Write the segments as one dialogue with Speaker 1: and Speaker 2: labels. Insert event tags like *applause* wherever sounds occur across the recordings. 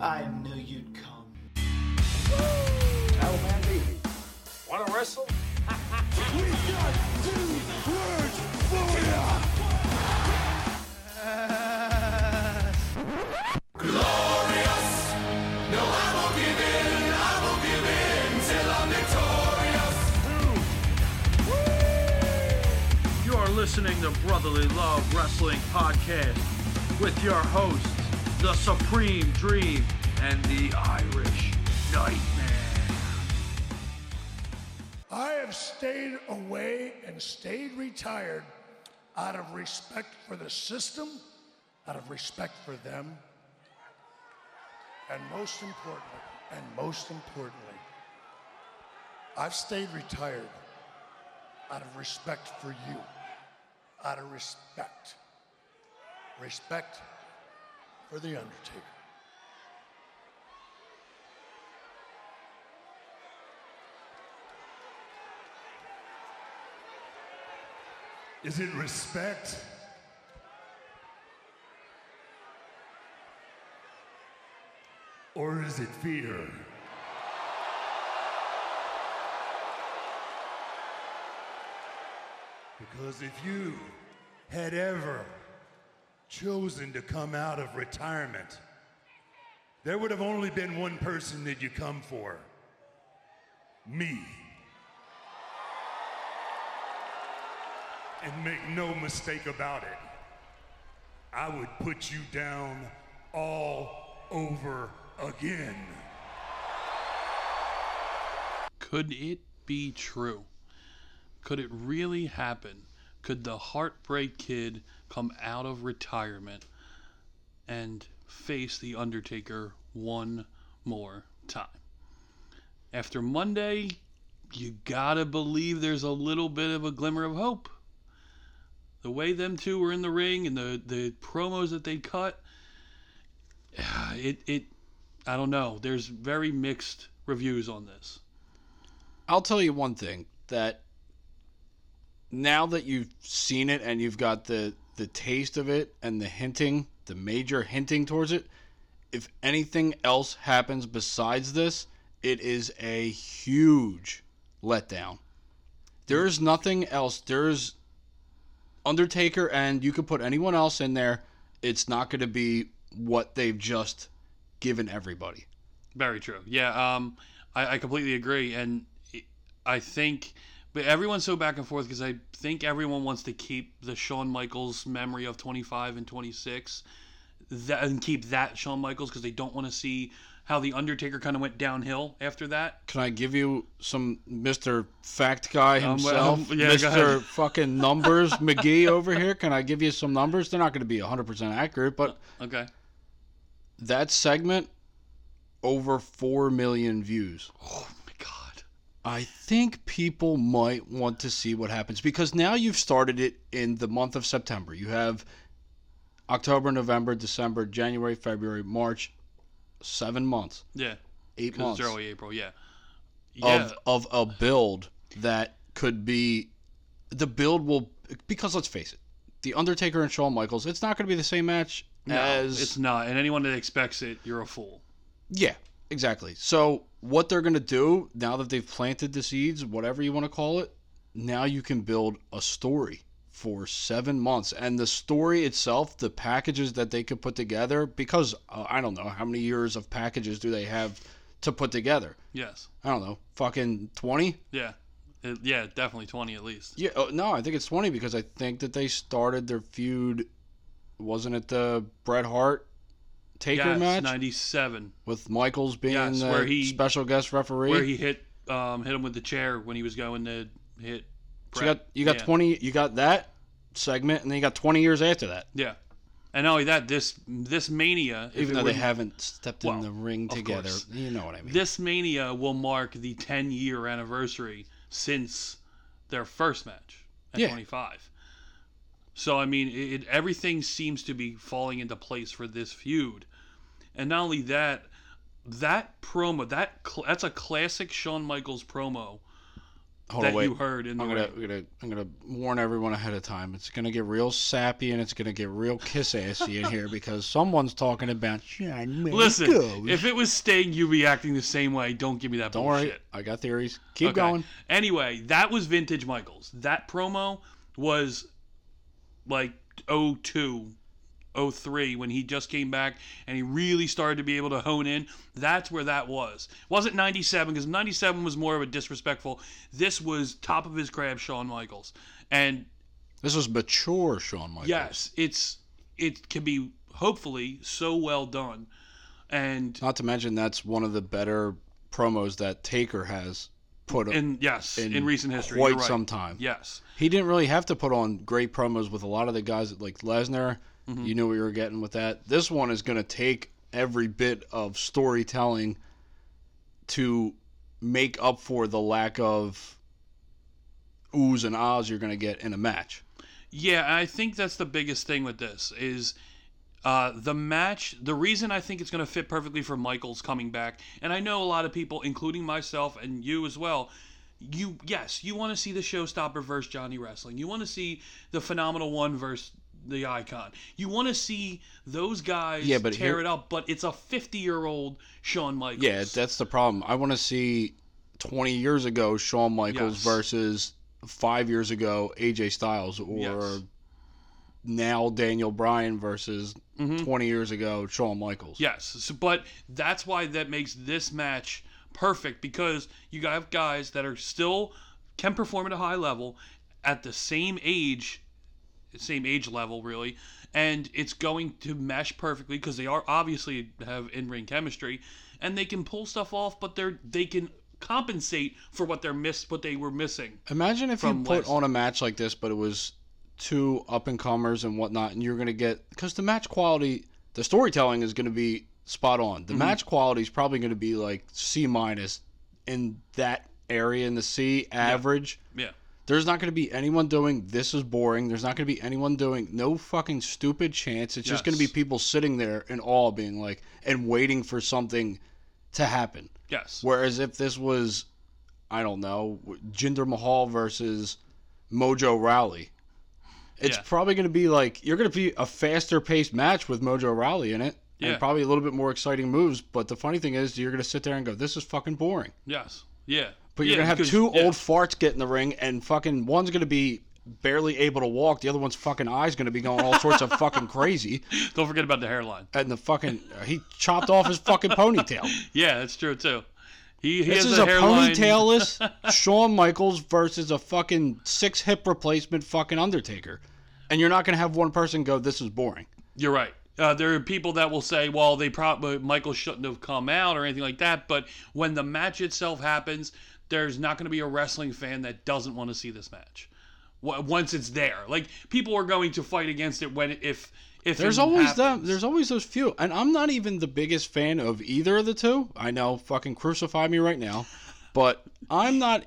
Speaker 1: I knew you'd come.
Speaker 2: Hellman Baby.
Speaker 3: Want to wrestle?
Speaker 4: You are listening to Brotherly Love Wrestling Podcast with your hosts, the Supreme Dream and the Irish Nightmare.
Speaker 5: I have stayed away and stayed retired out of respect for the system, out of respect for them, and most importantly, and most importantly, I've stayed retired out of respect for you, out of respect, respect for the Undertaker.
Speaker 6: Is it respect? Or is it fear? Because if you had ever chosen to come out of retirement, there would have only been one person that you come for me. And make no mistake about it, I would put you down all over again.
Speaker 7: Could it be true? Could it really happen? Could the Heartbreak Kid come out of retirement and face The Undertaker one more time? After Monday, you gotta believe there's a little bit of a glimmer of hope. The way them two were in the ring and the, the promos that they cut, *sighs* it, it, I don't know. There's very mixed reviews on this.
Speaker 8: I'll tell you one thing that now that you've seen it and you've got the the taste of it and the hinting, the major hinting towards it, if anything else happens besides this, it is a huge letdown. There is nothing else. There's Undertaker and you could put anyone else in there, it's not going to be what they've just given everybody.
Speaker 7: Very true. Yeah, um, I, I completely agree, and it- I think, but everyone's so back and forth because I think everyone wants to keep the Shawn Michaels memory of 25 and 26, that, and keep that Shawn Michaels because they don't want to see how the Undertaker kind of went downhill after that.
Speaker 8: Can I give you some Mr. Fact Guy
Speaker 7: Um,
Speaker 8: himself?
Speaker 7: um, *laughs* yeah, go
Speaker 8: Mr.
Speaker 7: ahead.
Speaker 8: Fucking Numbers McGee over here? Can I give you some numbers? They're not going to be 100% accurate, but
Speaker 7: Okay,
Speaker 8: that segment, over 4 million views.
Speaker 7: oh my God,
Speaker 8: I think people might want to see what happens because now you've started it in the month of September. You have October, November, December, January, February, March, seven months,
Speaker 7: yeah,
Speaker 8: eight
Speaker 7: because
Speaker 8: months.
Speaker 7: it's early April. Yeah, yeah,
Speaker 8: of of a build that could be the build will because let's face it, the Undertaker and Shawn Michaels, it's not going to be the same match as
Speaker 7: it's not, and anyone that expects it, you're a fool.
Speaker 8: yeah, exactly. So what they're going to do now that they've planted the seeds, whatever you want to call it, now you can build a story for seven months, and the story itself, the packages that they could put together, because uh, I don't know how many years of packages do they have to put together.
Speaker 7: Yes,
Speaker 8: I don't know, fucking twenty.
Speaker 7: yeah, It- yeah, definitely 20 at least.
Speaker 8: Yeah, oh, no, I think it's 20 because I think that they started their feud, wasn't it the Bret Hart Taker
Speaker 7: Yes,
Speaker 8: match
Speaker 7: 97.
Speaker 8: with Michaels being
Speaker 7: Yes,
Speaker 8: the
Speaker 7: where he-
Speaker 8: special guest referee?
Speaker 7: where he hit um, hit him with the chair when he was going to hit.
Speaker 8: So you got you got
Speaker 7: yeah.
Speaker 8: 20, you got that segment, and then you got 20 years after that.
Speaker 7: Yeah, and not only that, this this mania, if
Speaker 8: Even
Speaker 7: it
Speaker 8: though they
Speaker 7: wouldn't-
Speaker 8: haven't stepped
Speaker 7: Well,
Speaker 8: in the ring
Speaker 7: of
Speaker 8: together,
Speaker 7: course.
Speaker 8: you know what I mean.
Speaker 7: this mania will mark the 10 year anniversary since their first match at
Speaker 8: Yeah.
Speaker 7: 25. So I mean, it, it everything seems to be falling into place for this feud, and not only that, that promo that cl- that's a classic Shawn Michaels promo
Speaker 8: Hold
Speaker 7: that
Speaker 8: on, wait.
Speaker 7: you heard in the
Speaker 8: I'm gonna,
Speaker 7: rain.
Speaker 8: I'm gonna, I'm gonna warn everyone ahead of time. It's gonna get real sappy and it's gonna get real kiss assy
Speaker 7: *laughs*
Speaker 8: in here because someone's talking about John
Speaker 7: Listen,
Speaker 8: Mangold.
Speaker 7: if it was Sting, you'd be acting the same way. Don't give me that
Speaker 8: Don't
Speaker 7: bullshit.
Speaker 8: worry, I got theories. Keep
Speaker 7: Okay.
Speaker 8: going.
Speaker 7: Anyway, that was vintage Michaels. That promo was like 02, 03 when he just came back and he really started to be able to hone in. That's where that was. Wasn't 97 because 97 was more of a disrespectful. This was top of his crab Shawn Michaels. And
Speaker 8: This was mature Shawn Michaels.
Speaker 7: yes, it's it can be hopefully so well done. And
Speaker 8: Not to mention that's one of the better promos that Taker has put on
Speaker 7: in yes, in,
Speaker 8: in
Speaker 7: recent history,
Speaker 8: quite
Speaker 7: you're right.
Speaker 8: some time.
Speaker 7: Yes.
Speaker 8: He didn't really have to put on great promos with a lot of the guys that like Lesnar.
Speaker 7: Mm-hmm.
Speaker 8: You knew what you were getting with that. This one is going to take every bit of storytelling to make up for the lack of oohs and ahs you're going to get in a match.
Speaker 7: Yeah, and I think that's the biggest thing with this is uh, the match. The reason I think it's going to fit perfectly for Michaels coming back, and I know a lot of people, including myself and you as well. You yes, you want to see the showstopper versus Johnny Wrestling. You want to see the phenomenal one versus the icon. You want to see those guys
Speaker 8: Yeah, but
Speaker 7: tear
Speaker 8: here-
Speaker 7: it up. But it's a fifty-year-old Shawn Michaels.
Speaker 8: Yeah, that's the problem. I want to see 20 years ago Shawn Michaels
Speaker 7: Yes.
Speaker 8: versus 5 years ago AJ Styles or
Speaker 7: Yes.
Speaker 8: now Daniel Bryan versus
Speaker 7: Mm-hmm.
Speaker 8: 20 years ago Shawn Michaels.
Speaker 7: Yes, so, but that's why that makes this match perfect because you have guys that are still can perform at a high level at the same age, same age level really, and it's going to mesh perfectly because they are obviously have in ring chemistry and they can pull stuff off, but they're they can compensate for what they're miss what they were missing.
Speaker 8: Imagine if you
Speaker 7: From
Speaker 8: put
Speaker 7: Lesnar.
Speaker 8: on a match like this, but it was two up and comers and whatnot, and you're gonna get because the match quality, the storytelling is gonna be spot on.
Speaker 7: Mm-hmm.
Speaker 8: The match quality is probably gonna be like C minus in that area in the C average.
Speaker 7: Yeah.
Speaker 8: There's not gonna be anyone doing this is boring. There's not gonna be anyone doing no fucking stupid chance. It's just gonna be
Speaker 7: Yes.
Speaker 8: people sitting there in awe, being like, and waiting for something to happen.
Speaker 7: Yes.
Speaker 8: Whereas if this was, I don't know, Jinder Mahal versus Mojo Rowley, it's
Speaker 7: Yeah.
Speaker 8: probably going to be like you're going to be a faster paced match with Mojo Rowley in it,
Speaker 7: Yeah.
Speaker 8: and probably a little bit more exciting moves. But the funny thing is, you're going to sit there and go, "This is fucking boring."
Speaker 7: Yes. Yeah.
Speaker 8: But
Speaker 7: Yeah,
Speaker 8: you're going to have
Speaker 7: because-
Speaker 8: two
Speaker 7: yeah.
Speaker 8: old farts get in the ring, and fucking one's going to be barely able to walk, the other one's fucking eyes going to be going all sorts of fucking crazy,
Speaker 7: Don't forget about the hairline.
Speaker 8: and the fucking he chopped off his fucking ponytail.
Speaker 7: Yeah, that's true too. He, *laughs* he
Speaker 8: This
Speaker 7: has
Speaker 8: is
Speaker 7: a,
Speaker 8: a,
Speaker 7: hairline. *laughs*
Speaker 8: ponytailless Shawn Michaels versus a fucking six hip replacement fucking Undertaker. And you're not going to have one person go, this is boring.
Speaker 7: You're right. Uh, there are people that will say, well, they probably Michael shouldn't have come out or anything like that. But when the match itself happens, there's not going to be a wrestling fan that doesn't want to see this match. W- Once it's there, like people are going to fight against it when if if
Speaker 8: There's
Speaker 7: it
Speaker 8: always
Speaker 7: happens.
Speaker 8: them. There's always those few. And I'm not even the biggest fan of either of the two. I know, fucking crucify me right now. But I'm not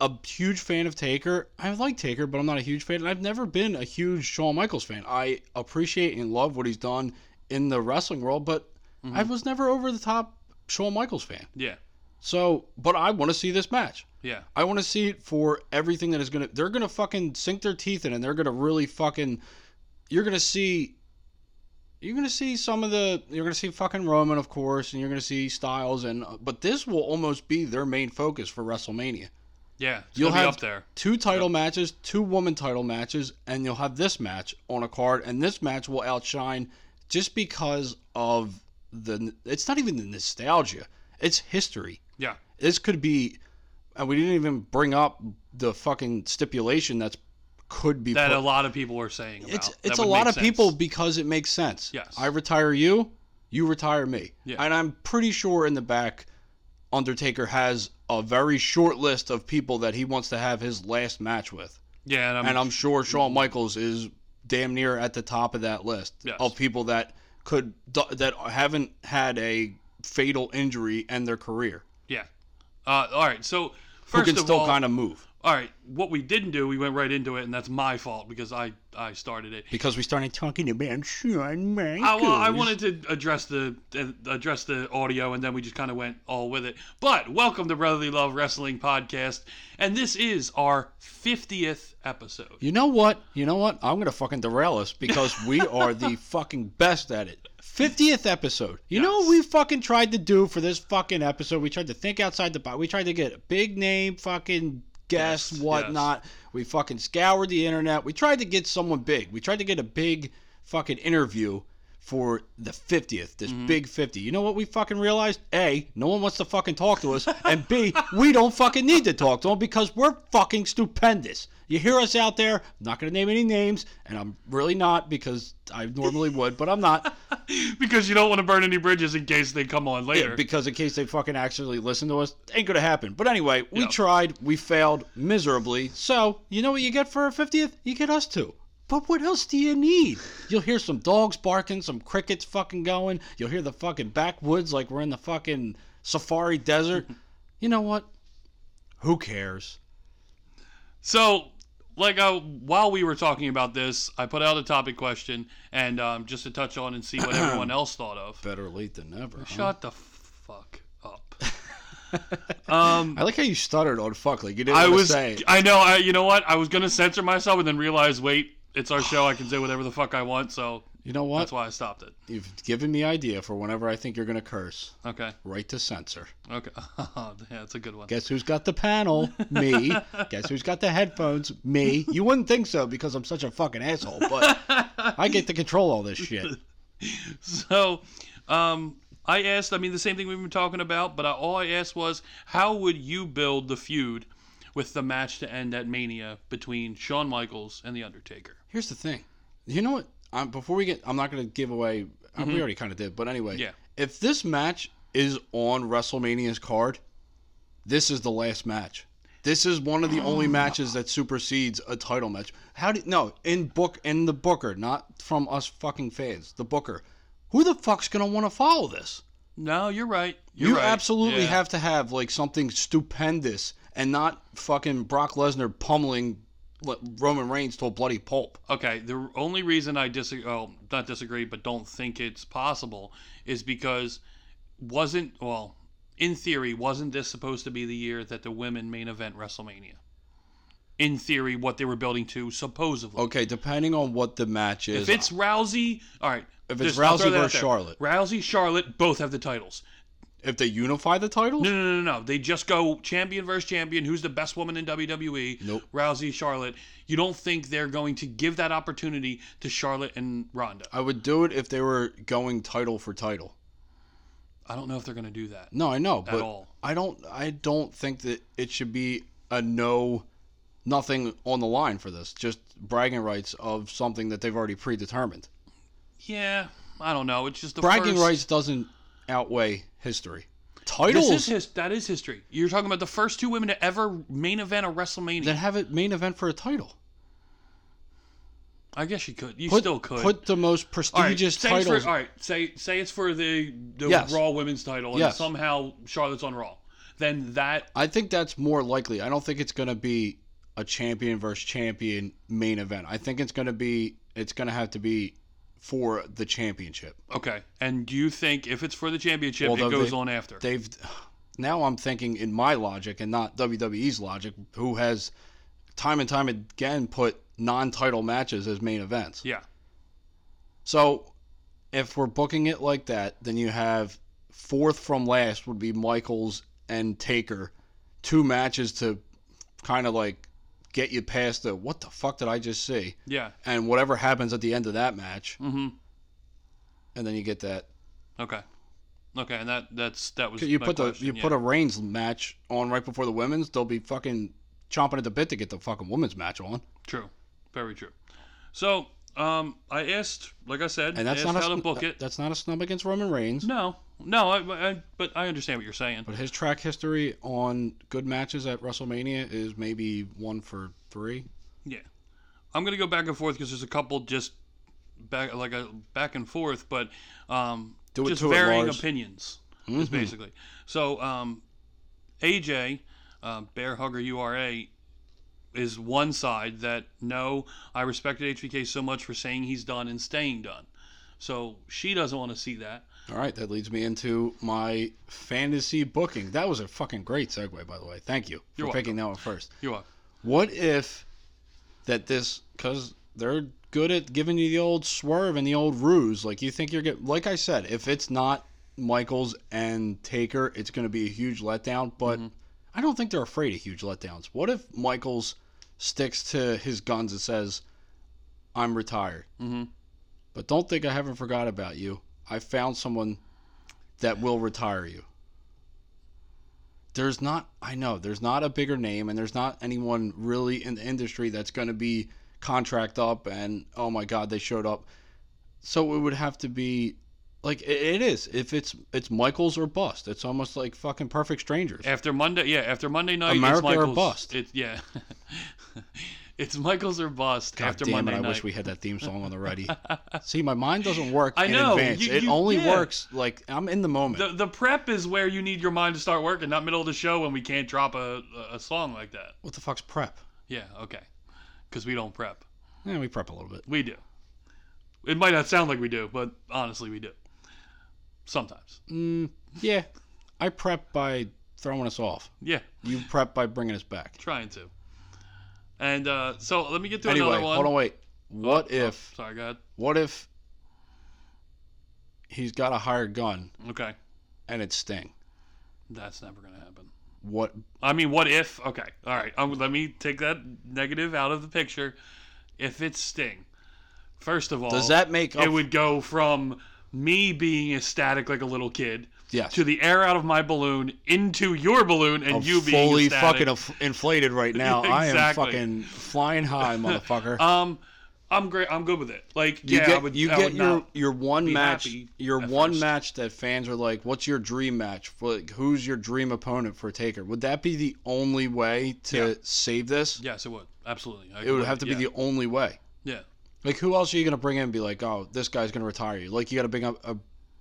Speaker 8: a huge fan of Taker. I like Taker, but I'm not a huge fan. And I've never been a huge Shawn Michaels fan. I appreciate and love what he's done in the wrestling world, but I was never over the top Shawn Michaels fan.
Speaker 7: yeah
Speaker 8: So, but I want to see this match.
Speaker 7: yeah
Speaker 8: I want to see it for everything that is going to. They're going to fucking sink their teeth in and they're going to really fucking. You're going to see. You're going to see some of the. You're going to see fucking Roman, of course, and you're going to see Styles, and. But this will almost be their main focus for WrestleMania.
Speaker 7: yeah. It's
Speaker 8: You'll
Speaker 7: gonna be
Speaker 8: have
Speaker 7: up there.
Speaker 8: Two title matches, two woman title matches, and you'll have this match on a card, and this match will outshine just because of the. It's not even the nostalgia, it's history
Speaker 7: Yeah
Speaker 8: this could be and we didn't even bring up the fucking stipulation that's could be
Speaker 7: that
Speaker 8: put-
Speaker 7: a lot of people are saying. About.
Speaker 8: it's
Speaker 7: That
Speaker 8: it's a
Speaker 7: would
Speaker 8: lot
Speaker 7: make
Speaker 8: of
Speaker 7: sense.
Speaker 8: people because it makes sense
Speaker 7: Yes.
Speaker 8: i retire you you retire me
Speaker 7: Yeah.
Speaker 8: and i'm pretty sure in the back undertaker has a very short list of people that he wants to have his last match with
Speaker 7: Yeah, and I'm,
Speaker 8: and i'm sure shawn michaels is damn near at the top of that list
Speaker 7: Yes.
Speaker 8: of people that could that haven't had a fatal injury in their career
Speaker 7: yeah. Uh, all right, so
Speaker 8: who
Speaker 7: first
Speaker 8: can
Speaker 7: of
Speaker 8: still
Speaker 7: all,
Speaker 8: kind of move
Speaker 7: All right, what we didn't do, we went right into it, and that's my fault because I I started it.
Speaker 8: Because we started talking about Shawn Michaels.
Speaker 7: I, well, I wanted to address the uh, address the audio, and then we just kind of went all with it. But welcome to Brotherly Love Wrestling Podcast, and this is our fiftieth episode. *laughs*
Speaker 8: You know what? You know what? I'm gonna fucking derail us because we are the fucking best at it. 50th episode. You know what we fucking tried to do for this fucking episode? We tried to think outside the box. We tried to get a big name fucking guest,
Speaker 7: Yes,
Speaker 8: whatnot. We fucking scoured the internet. We tried to get someone big. We tried to get a big fucking interview for the 50th, this big 50. You know what we fucking realized? A, no one wants to fucking talk to us. And B, we don't fucking need to talk to them because we're fucking stupendous. You hear us out there, I'm not going to name any names, and I'm really not because I normally would, but I'm not.
Speaker 7: because you don't want to burn any bridges in case they come on later.
Speaker 8: *laughs* because in case they fucking actually listen to us, ain't gonna happen. But anyway, we
Speaker 7: Yeah.
Speaker 8: tried, we failed miserably. So you know what you get for our fiftieth? You get us two. But what else do you need? You'll hear some dogs barking, some crickets fucking going. You'll hear the fucking backwoods like we're in the fucking
Speaker 7: *laughs*
Speaker 8: safari desert. you know what? Who cares?
Speaker 7: So, like, uh, while we were talking about this, I put out a topic question, and um, just to touch on and see *clears throat* what everyone else thought of.
Speaker 8: Better late than never. huh?
Speaker 7: Shut the fuck up. um,
Speaker 8: I like how you stuttered on fuck like you didn't
Speaker 7: I
Speaker 8: wanna
Speaker 7: was, *laughs*
Speaker 8: say.
Speaker 7: I know, I, you know what? I was gonna censor myself and then realize, wait, it's our show. I can say whatever the fuck I want. So
Speaker 8: You know what?
Speaker 7: that's why I stopped it.
Speaker 8: You've given me idea for whenever I think you're gonna curse.
Speaker 7: Okay,
Speaker 8: Right to censor.
Speaker 7: okay, *laughs* yeah, that's a good one.
Speaker 8: Guess who's got the panel? Me. Guess who's got the headphones? Me. You wouldn't think so because I'm such a fucking asshole, but I get to control all this shit.
Speaker 7: So, um, I asked. I mean, the same thing we've been talking about, but I, all I asked was, how would you build the feud with the match to end at Mania between Shawn Michaels and the Undertaker?
Speaker 8: Here's the thing. You know what? Um, before we get, I'm not going to give away. uh, we already kind of did, but anyway.
Speaker 7: Yeah.
Speaker 8: If this match is on WrestleMania's card, this is the last match. This is one of the only matches that supersedes a title match. How did no in book in the Booker, not from us fucking fans. The Booker. Who the fuck's gonna want to follow this?
Speaker 7: No, you're right. You're
Speaker 8: You
Speaker 7: right.
Speaker 8: absolutely
Speaker 7: Yeah.
Speaker 8: have to have like something stupendous and not fucking Brock Lesnar pummeling Le- Roman Reigns to a bloody pulp.
Speaker 7: Okay, the only reason I disagree, well, not disagree, but don't think it's possible is because wasn't, well, in theory, wasn't this supposed to be the year that the women main event WrestleMania? In theory, what they were building to, supposedly.
Speaker 8: Okay, depending on what the match is.
Speaker 7: If it's Rousey, all right.
Speaker 8: If it's
Speaker 7: just- I'll
Speaker 8: Rousey
Speaker 7: throw that out
Speaker 8: versus
Speaker 7: there.
Speaker 8: Charlotte.
Speaker 7: Rousey, Charlotte, both have the titles.
Speaker 8: if they unify the titles,
Speaker 7: No, no, no, no. no. They just go champion versus champion. Who's the best woman in WWE?
Speaker 8: Nope.
Speaker 7: Rousey, Charlotte. You don't think they're going to give that opportunity to Charlotte and Ronda?
Speaker 8: I would do it if they were going title for title.
Speaker 7: I don't know if they're going to do that.
Speaker 8: No, I know, but
Speaker 7: all.
Speaker 8: I don't. I don't think that it should be a no, nothing on the line for this. Just bragging rights of something that they've already predetermined.
Speaker 7: Yeah, I don't know. It's just the
Speaker 8: Bragging
Speaker 7: first,
Speaker 8: rights doesn't outweigh history.
Speaker 7: This
Speaker 8: Titles
Speaker 7: is his, that is history. You're talking about the first two women to ever main event a WrestleMania.
Speaker 8: Then have it main event for a title.
Speaker 7: I guess you could. You
Speaker 8: Put,
Speaker 7: still could.
Speaker 8: Put the most
Speaker 7: all right,
Speaker 8: prestigious
Speaker 7: say it's for,
Speaker 8: titles.
Speaker 7: all right, say say it's for the the
Speaker 8: Yes.
Speaker 7: Raw Women's title, and
Speaker 8: Yes.
Speaker 7: somehow Charlotte's on Raw. Then that
Speaker 8: I think that's more likely. I don't think it's going to be a champion versus champion main event. I think it's going to be it's going to have to be for the championship.
Speaker 7: okay. And do you think if it's for the championship,
Speaker 8: Although
Speaker 7: it goes
Speaker 8: they-
Speaker 7: on after?
Speaker 8: They've now I'm thinking in my logic and not WWE's logic, who has time and time again put non-title matches as main events.
Speaker 7: yeah.
Speaker 8: So, if we're booking it like that, then you have fourth from last would be Michaels and Taker, two matches to kind of like get you past the what the fuck did I just see,
Speaker 7: Yeah.
Speaker 8: and whatever happens at the end of that match,
Speaker 7: Mm-hmm.
Speaker 8: and then you get that
Speaker 7: Okay. Okay, and that that's that was
Speaker 8: you
Speaker 7: my
Speaker 8: put
Speaker 7: question,
Speaker 8: the you
Speaker 7: yeah.
Speaker 8: put a Reigns match on right before the women's, they'll be fucking chomping at the bit to get the fucking women's match on,
Speaker 7: True. Very true. So, um, I asked, like I said,
Speaker 8: and that's
Speaker 7: asked
Speaker 8: not
Speaker 7: how to
Speaker 8: a sn-
Speaker 7: book
Speaker 8: that-
Speaker 7: it.
Speaker 8: that's not a snub against Roman Reigns.
Speaker 7: No, no, I, I, but I understand what you're saying.
Speaker 8: But his track history on good matches at WrestleMania is maybe one for three.
Speaker 7: Yeah, I'm gonna go back and forth because there's a couple just back like a back and forth, but um,
Speaker 8: Do it
Speaker 7: just
Speaker 8: to it,
Speaker 7: varying
Speaker 8: Lars. Mm-hmm.
Speaker 7: opinions is basically. So um, AJ, uh, Bear Hugger URA is one side that no, I respected HBK so much for saying he's done and staying done. So she doesn't want to see that.
Speaker 8: All right, that leads me into my fantasy booking. That was a fucking great segue, by the way. Thank you for
Speaker 7: You're
Speaker 8: picking that one first.
Speaker 7: You are.
Speaker 8: What if that this because they're good at giving you the old swerve and the old ruse? Like you think you're get like I said, if it's not Michaels and Taker, it's going to be a huge letdown. But I don't think they're afraid of huge letdowns. What if Michaels sticks to his guns and says, "I'm retired,"
Speaker 7: Mhm.
Speaker 8: but don't think I haven't forgot about you. I found someone that will retire you there's not I know there's not a bigger name and there's not anyone really in the industry that's going to be contract up and oh my god they showed up. So it would have to be like it, it is if it's it's Michaels or bust. It's almost like fucking perfect strangers.
Speaker 7: After Monday, yeah, after Monday night, it's
Speaker 8: America or
Speaker 7: Michaels.
Speaker 8: bust?
Speaker 7: It, yeah. *laughs* it's Michaels or bust
Speaker 8: God
Speaker 7: after
Speaker 8: damn
Speaker 7: Monday
Speaker 8: it, I
Speaker 7: night.
Speaker 8: wish we had that theme song on the ready. See, my
Speaker 7: *laughs*
Speaker 8: mind doesn't work
Speaker 7: I
Speaker 8: in
Speaker 7: know,
Speaker 8: advance.
Speaker 7: you-
Speaker 8: it
Speaker 7: you-
Speaker 8: only
Speaker 7: yeah.
Speaker 8: works like I'm in the moment.
Speaker 7: the, the prep is where you need your mind to start working, not middle of the show when we can't drop a, a song like that.
Speaker 8: what the fuck's prep?
Speaker 7: Yeah, okay. Because we don't prep.
Speaker 8: Yeah, we prep a little bit.
Speaker 7: We do. It might not sound like we do, but honestly, we do. Sometimes.
Speaker 8: Yeah. I prep by throwing us off.
Speaker 7: Yeah,
Speaker 8: You prep by bringing us
Speaker 7: *laughs*
Speaker 8: back.
Speaker 7: trying to. And uh, so let me get to
Speaker 8: anyway,
Speaker 7: another one. Oh,
Speaker 8: hold on, wait. What if?
Speaker 7: Sorry, go ahead.
Speaker 8: What if? He's got a hired gun,
Speaker 7: Okay.
Speaker 8: and it's Sting.
Speaker 7: That's never going to happen.
Speaker 8: What?
Speaker 7: I mean, what if? Okay, all right. Um, let me take that negative out of the picture. If it's Sting, first of all,
Speaker 8: Does that make up-
Speaker 7: Oh, it would go from me being ecstatic like a little kid
Speaker 8: Yes.
Speaker 7: to the air out of my balloon into your balloon and
Speaker 8: I'm
Speaker 7: you being
Speaker 8: fully
Speaker 7: ecstatic.
Speaker 8: fucking inf-
Speaker 7: *laughs*
Speaker 8: inflated right now. I am
Speaker 7: Exactly.
Speaker 8: fucking flying high,
Speaker 7: *laughs*
Speaker 8: motherfucker.
Speaker 7: um, I'm great. I'm good with it. Like,
Speaker 8: you
Speaker 7: yeah,
Speaker 8: get
Speaker 7: I would,
Speaker 8: you
Speaker 7: I
Speaker 8: get
Speaker 7: would
Speaker 8: your
Speaker 7: not-
Speaker 8: your one
Speaker 7: be
Speaker 8: match,
Speaker 7: happy
Speaker 8: your
Speaker 7: at
Speaker 8: one
Speaker 7: first.
Speaker 8: match that fans are like, "What's your dream match? Like, who's your dream opponent for Taker?" Would that be the only way to
Speaker 7: Yeah.
Speaker 8: save this?
Speaker 7: Yes, it would absolutely. I
Speaker 8: It would
Speaker 7: agree.
Speaker 8: have to
Speaker 7: Yeah.
Speaker 8: be the only way.
Speaker 7: yeah.
Speaker 8: Like who else are you gonna bring in? and Be like, oh, this guy's gonna retire you. Like you gotta bring up a,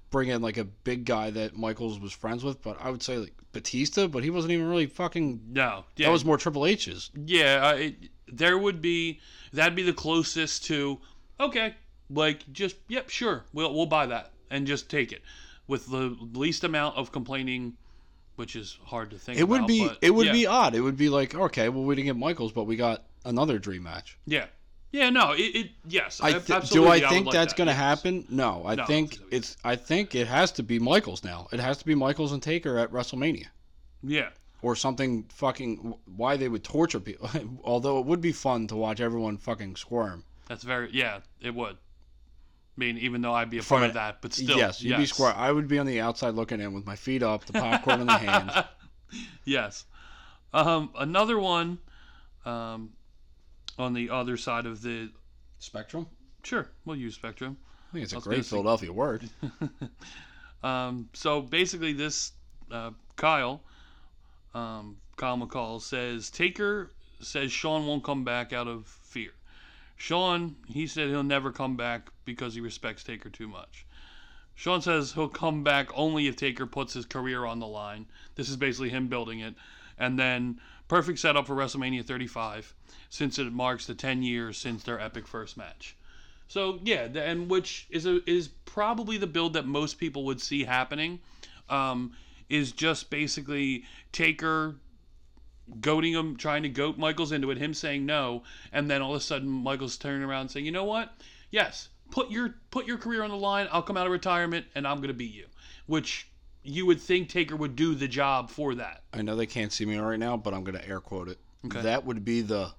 Speaker 8: bring in like a big guy that Michaels was friends with. But I would say like Batista, but he wasn't even really fucking.
Speaker 7: No, yeah,
Speaker 8: That was more Triple H's.
Speaker 7: Yeah, I, it, there would be that'd be the closest to okay, like just yep, sure, we'll we'll buy that and just take it with the least amount of complaining, which is hard to think.
Speaker 8: It would
Speaker 7: about,
Speaker 8: be
Speaker 7: but
Speaker 8: it would
Speaker 7: yeah,
Speaker 8: be odd. It would be like okay, well we didn't get Michaels, but we got another dream match.
Speaker 7: yeah, yeah. No, it, it yes.
Speaker 8: I
Speaker 7: ab-
Speaker 8: th- do
Speaker 7: absolutely,
Speaker 8: I
Speaker 7: would
Speaker 8: think
Speaker 7: like
Speaker 8: that's
Speaker 7: that,
Speaker 8: gonna
Speaker 7: yes.
Speaker 8: happen? No, I
Speaker 7: No, I don't
Speaker 8: think
Speaker 7: think so either.
Speaker 8: it's I think it has to be Michaels now. It has to be Michaels and Taker at WrestleMania.
Speaker 7: Yeah,
Speaker 8: or something fucking why they would torture people *laughs* although it would be fun to watch everyone fucking squirm
Speaker 7: that's very yeah. It would. I mean, even though I'd be a
Speaker 8: From
Speaker 7: part
Speaker 8: an-
Speaker 7: of that, but still,
Speaker 8: yes you'd be squirm i would be on the outside looking in with my feet up the popcorn in the hand
Speaker 7: *laughs* Yes. Um, another one, um, on the other side of the
Speaker 8: spectrum
Speaker 7: Sure, we'll use Spectrum.
Speaker 8: i think it's a
Speaker 7: That's
Speaker 8: great
Speaker 7: basic.
Speaker 8: philadelphia word
Speaker 7: Um, so basically, this uh, Kyle, um, Kyle McCall says Taker says Sean won't come back out of fear. Sean, he said he'll never come back because he respects Taker too much. Sean says he'll come back only if Taker puts his career on the line. This is basically him building it. And then perfect setup for WrestleMania 35 since it marks the 10 years since their epic first match. So yeah, the, and which is a, is probably the build that most people would see happening, um, is just basically Taker goading him, trying to goat Michaels into it, him saying no, and then all of a sudden Michaels turning around and saying, you know what? Yes, put your put your career on the line. I'll come out of retirement and I'm gonna beat you, which you would think Taker would do the job for that.
Speaker 8: i know they can't see me right now but i'm going to air quote it that would be the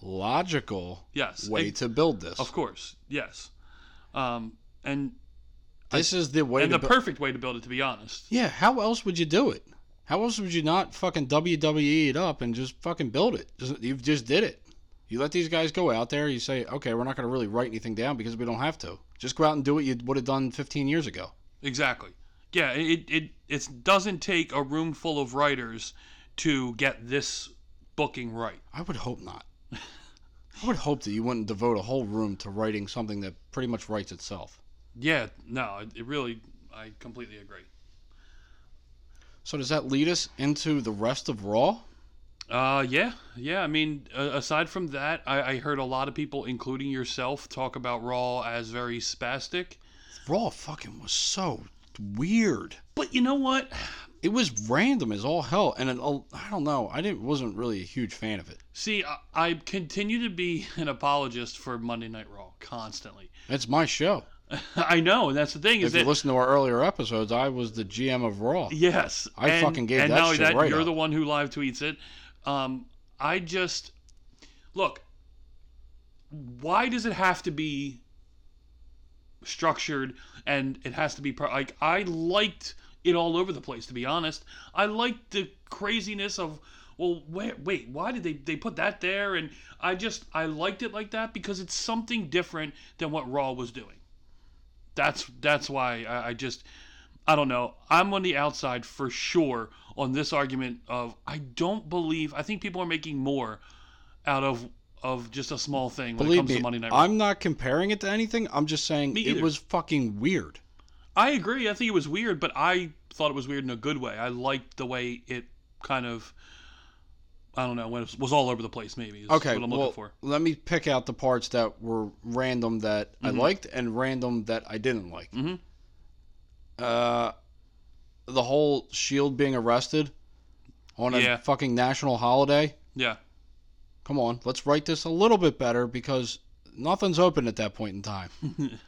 Speaker 8: logical
Speaker 7: Yes,
Speaker 8: way
Speaker 7: ex-
Speaker 8: to build this
Speaker 7: of course, yes, um, and
Speaker 8: this is the way
Speaker 7: and
Speaker 8: to
Speaker 7: the
Speaker 8: bu-
Speaker 7: perfect way to build it, to be honest.
Speaker 8: yeah how else would you do it how else would you not fucking wwe it up and just fucking build it Just- you just did it You let these guys go out there. You say, okay, we're not going to really write anything down because we don't have to. Just go out and do what you would have done 15 years ago.
Speaker 7: Exactly. Yeah, it it it doesn't take a room full of writers to get this booking right.
Speaker 8: I would hope not. I would hope that you wouldn't devote a whole room to writing something that pretty much writes itself.
Speaker 7: Yeah, no, it, it really I completely agree.
Speaker 8: So does that lead us into the rest of Raw?
Speaker 7: Uh, yeah, yeah. I mean, uh, aside from that, I, I heard a lot of people, including yourself, talk about Raw as very spastic.
Speaker 8: Raw fucking was so weird.
Speaker 7: But you know what?
Speaker 8: It was random as all hell, and it, I don't know. I didn't wasn't really a huge fan of it.
Speaker 7: See, I, I continue to be an apologist for Monday Night Raw constantly. *laughs*
Speaker 8: It's my show.
Speaker 7: I know, and that's the thing is
Speaker 8: If you
Speaker 7: that
Speaker 8: listen to our earlier episodes, I was the GM of Raw.
Speaker 7: yes,
Speaker 8: I
Speaker 7: and-
Speaker 8: fucking gave
Speaker 7: and
Speaker 8: that
Speaker 7: now
Speaker 8: shit
Speaker 7: that
Speaker 8: right
Speaker 7: you're
Speaker 8: up.
Speaker 7: the one who live tweets it. Um, I just look. Why does it have to be structured and it has to be pro- like I liked it all over the place to be honest. I liked the craziness of well wait wait why did they they put that there and I just I liked it like that because it's something different than what Raw was doing. That's that's why I, I just I don't know. I'm on the outside for sure on this argument of I don't believe I think people are making more out of of just a small thing when it
Speaker 8: Believe
Speaker 7: comes
Speaker 8: me,
Speaker 7: to Monday Night Raw.
Speaker 8: I'm not comparing it to anything. I'm just saying
Speaker 7: Me
Speaker 8: it
Speaker 7: either.
Speaker 8: was fucking weird.
Speaker 7: I agree. I think it was weird, but I thought it was weird in a good way. I liked the way it kind of, I don't know, was, was all over the place. Maybe is
Speaker 8: Okay,
Speaker 7: what I'm
Speaker 8: well,
Speaker 7: looking for.
Speaker 8: let me pick out the parts that were random that I
Speaker 7: Mm-hmm.
Speaker 8: liked and random that I didn't like.
Speaker 7: Mhm.
Speaker 8: Uh, the whole Shield E being arrested on a
Speaker 7: Yeah.
Speaker 8: fucking national holiday.
Speaker 7: Yeah, *laughs*
Speaker 8: Come on, let's write this a little bit better because nothing's open at that point in time.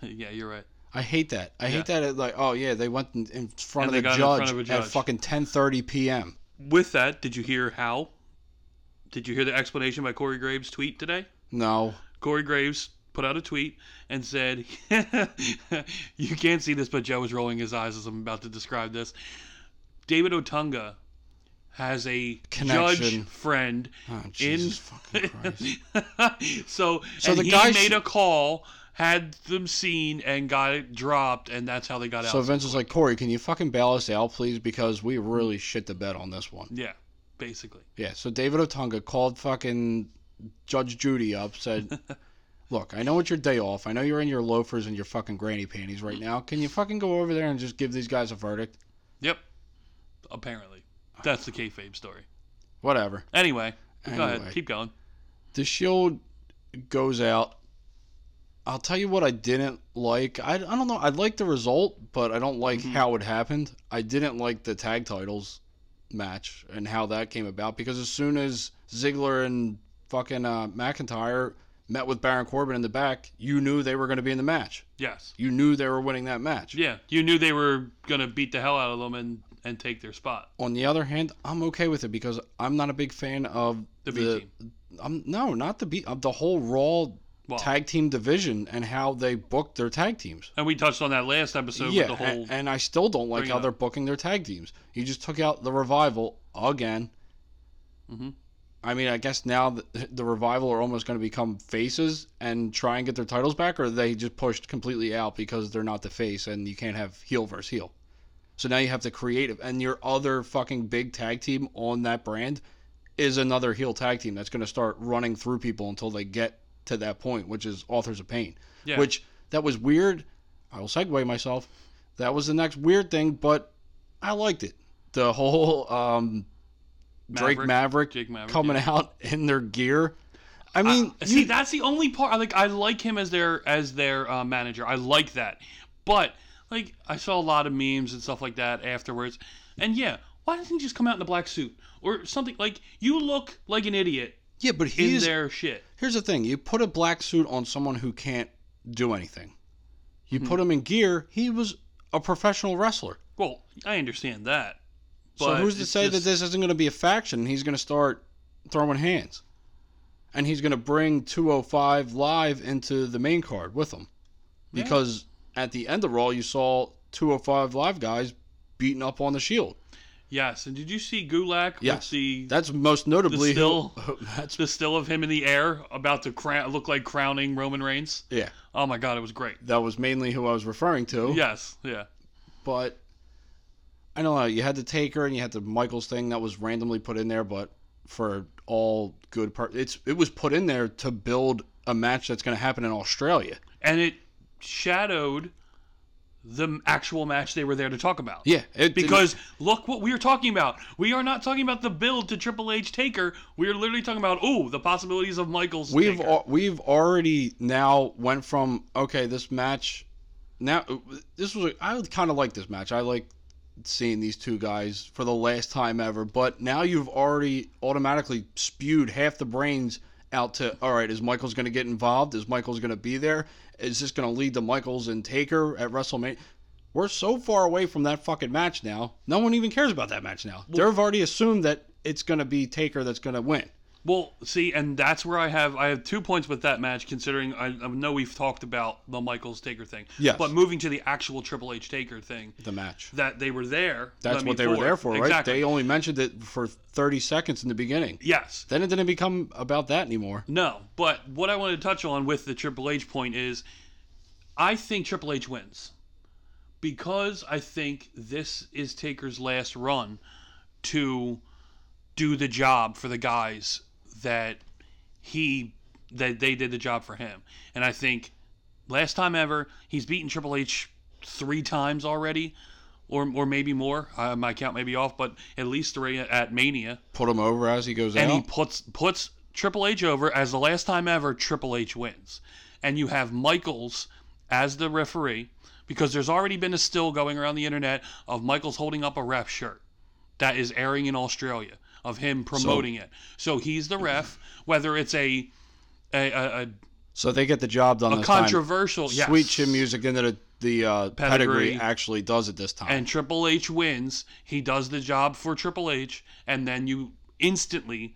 Speaker 7: yeah, you're right.
Speaker 8: I hate that. I hate that. It, like, oh yeah, they went in, in front
Speaker 7: And
Speaker 8: of
Speaker 7: they
Speaker 8: the
Speaker 7: got in
Speaker 8: judge,
Speaker 7: front of a
Speaker 8: at
Speaker 7: judge.
Speaker 8: fucking 10:30 p.m.
Speaker 7: With that, did you hear how? Did you hear the explanation by Corey Graves' tweet today?
Speaker 8: No,
Speaker 7: Corey Graves put out a tweet and said, *laughs* "You can't see this, but Joe is rolling his eyes as I'm about to describe this." David Otunga has a
Speaker 8: Connection.
Speaker 7: judge friend *laughs*
Speaker 8: oh, Jesus fucking Christ.
Speaker 7: so,
Speaker 8: So
Speaker 7: and
Speaker 8: the
Speaker 7: he
Speaker 8: guy
Speaker 7: made
Speaker 8: sh-
Speaker 7: a call, had them seen, and got it dropped, and that's how they got
Speaker 8: So
Speaker 7: out.
Speaker 8: Vince was like, Corey, can you fucking bail us out, please? Because we really shit the bed on this one.
Speaker 7: yeah, basically.
Speaker 8: Yeah. So David Otunga called fucking Judge Judy
Speaker 7: *laughs*
Speaker 8: up, said, Look, I know it's your day off. I know you're in your loafers and your fucking granny
Speaker 7: *laughs*
Speaker 8: panties right now. Can you fucking go over there and just give these guys a verdict?
Speaker 7: Yep. Apparently, that's the kayfabe story.
Speaker 8: Whatever.
Speaker 7: Anyway, go
Speaker 8: Anyway.
Speaker 7: ahead, keep going.
Speaker 8: The shield goes out. I'll tell you what I didn't like. I, I don't know. I like the result, but I don't
Speaker 7: Mm-hmm.
Speaker 8: like how it happened. I didn't like the tag titles match and how that came about because as soon as Ziggler and fucking uh, McIntyre met with Baron Corbin in the back, you knew they were going to be in the match.
Speaker 7: Yes.
Speaker 8: You knew they were winning that match.
Speaker 7: Yeah, you knew they were gonna beat the hell out of them and and take their spot.
Speaker 8: On the other hand, I'm okay with it because I'm not a big fan of
Speaker 7: The B team.
Speaker 8: I'm no, not the B of the whole Raw
Speaker 7: Well,
Speaker 8: tag team division and how they book their tag teams.
Speaker 7: and we touched on that last episode
Speaker 8: yeah,
Speaker 7: with the
Speaker 8: a-
Speaker 7: whole.
Speaker 8: and, I still don't like
Speaker 7: Bring it
Speaker 8: how
Speaker 7: up.
Speaker 8: they're booking their tag teams. You just took out the revival again.
Speaker 7: Mhm.
Speaker 8: I mean, I guess now the, the revival are almost going to become faces and try and get their titles back, or they just pushed completely out because they're not the face and you can't have heel versus heel. So now you have to creative, and your other fucking big tag team on that brand is another heel tag team that's going to start running through people until they get to that point, which is Authors of Pain.
Speaker 7: Yeah.
Speaker 8: Which that was weird. I will segue myself. That was the next weird thing, but I liked it. The whole um, Drake
Speaker 7: Maverick-
Speaker 8: Maverick,
Speaker 7: Drake Maverick,
Speaker 8: coming
Speaker 7: yeah.
Speaker 8: out in their gear. I mean,
Speaker 7: I- see,
Speaker 8: you-
Speaker 7: that's the only part. Like, I like him as their as their uh, manager. I like that, but like, I saw a lot of memes and stuff like that afterwards. And yeah, why doesn't he just come out in a black suit or something? Like, you look like an idiot
Speaker 8: yeah, but
Speaker 7: in
Speaker 8: he's
Speaker 7: their shit.
Speaker 8: here's the thing you put a black suit on someone who can't do anything you put
Speaker 7: Hmm.
Speaker 8: him in gear he was a professional wrestler
Speaker 7: Well, I understand that. But
Speaker 8: so who's to
Speaker 7: it's
Speaker 8: say that
Speaker 7: just-
Speaker 8: this isn't going to be a faction he's going to start throwing hands and he's going to bring 205 live into the main card with him because at the end of raw you saw 205 live guys beating up on the shield
Speaker 7: Yes, and did you see Gulak with
Speaker 8: Yes.
Speaker 7: the
Speaker 8: that's most notably
Speaker 7: the still
Speaker 8: *laughs* that's
Speaker 7: the still of him in the air about to crown look like crowning Roman Reigns?
Speaker 8: yeah
Speaker 7: Oh my god, it was great.
Speaker 8: that was mainly who i was referring to
Speaker 7: Yes, yeah.
Speaker 8: but I don't know. You had the Taker and you had the Michaels thing that was randomly put in there, but for all good part, it's it was put in there to build a match that's going to happen in Australia.
Speaker 7: and it shadowed the actual match they were there to talk about.
Speaker 8: Yeah, it didn't-
Speaker 7: because look what we are talking about. We are not talking about the build to Triple H Taker. We are literally talking about oh the possibilities of Michaels.
Speaker 8: we've
Speaker 7: Taker.
Speaker 8: al- we've already now went from okay this match now this was a- I kind of like this match I like seeing these two guys for the last time ever but now you've already automatically spewed half the brains out to all right is Michaels going to get involved is Michaels going to be there is this going to lead to Michaels and Taker at WrestleMania we're so far away from that fucking match now no one even cares about that match now they've already assumed that it's going to be Taker that's going to win
Speaker 7: Well, see, and that's where I have I have two points with that match. Considering I, I know we've talked about the Michaels Taker thing,
Speaker 8: Yes.
Speaker 7: But moving to the actual Triple H Taker thing,
Speaker 8: the match
Speaker 7: that they were there.
Speaker 8: That's
Speaker 7: I mean,
Speaker 8: what they were there for, right?
Speaker 7: Exactly.
Speaker 8: They only mentioned it for 30 seconds in the beginning.
Speaker 7: yes.
Speaker 8: Then it didn't become about that anymore.
Speaker 7: No, but what I wanted to touch on with the Triple H point is, I think Triple H wins because I think this is Taker's last run to do the job for the guys that he that they did the job for him, and I think last time ever he's beaten Triple H three times already. Or, or maybe more. Uh, my count may be off, but at least three at Mania
Speaker 8: Put him over as he goes
Speaker 7: and he
Speaker 8: out.
Speaker 7: puts puts Triple H over as the last time ever Triple H wins, and you have Michaels as the referee because there's already been a still going around the internet of Michaels holding up a ref shirt that is airing in Australia of him promoting it. So he's the ref, whether it's a a, a, a
Speaker 8: so they get the job done this
Speaker 7: controversial
Speaker 8: time.
Speaker 7: yes.
Speaker 8: Sweet chin music into the, the uh, pedigree.
Speaker 7: Pedigree.
Speaker 8: actually does it this time.
Speaker 7: and Triple H wins, he does the job for Triple H, and then you instantly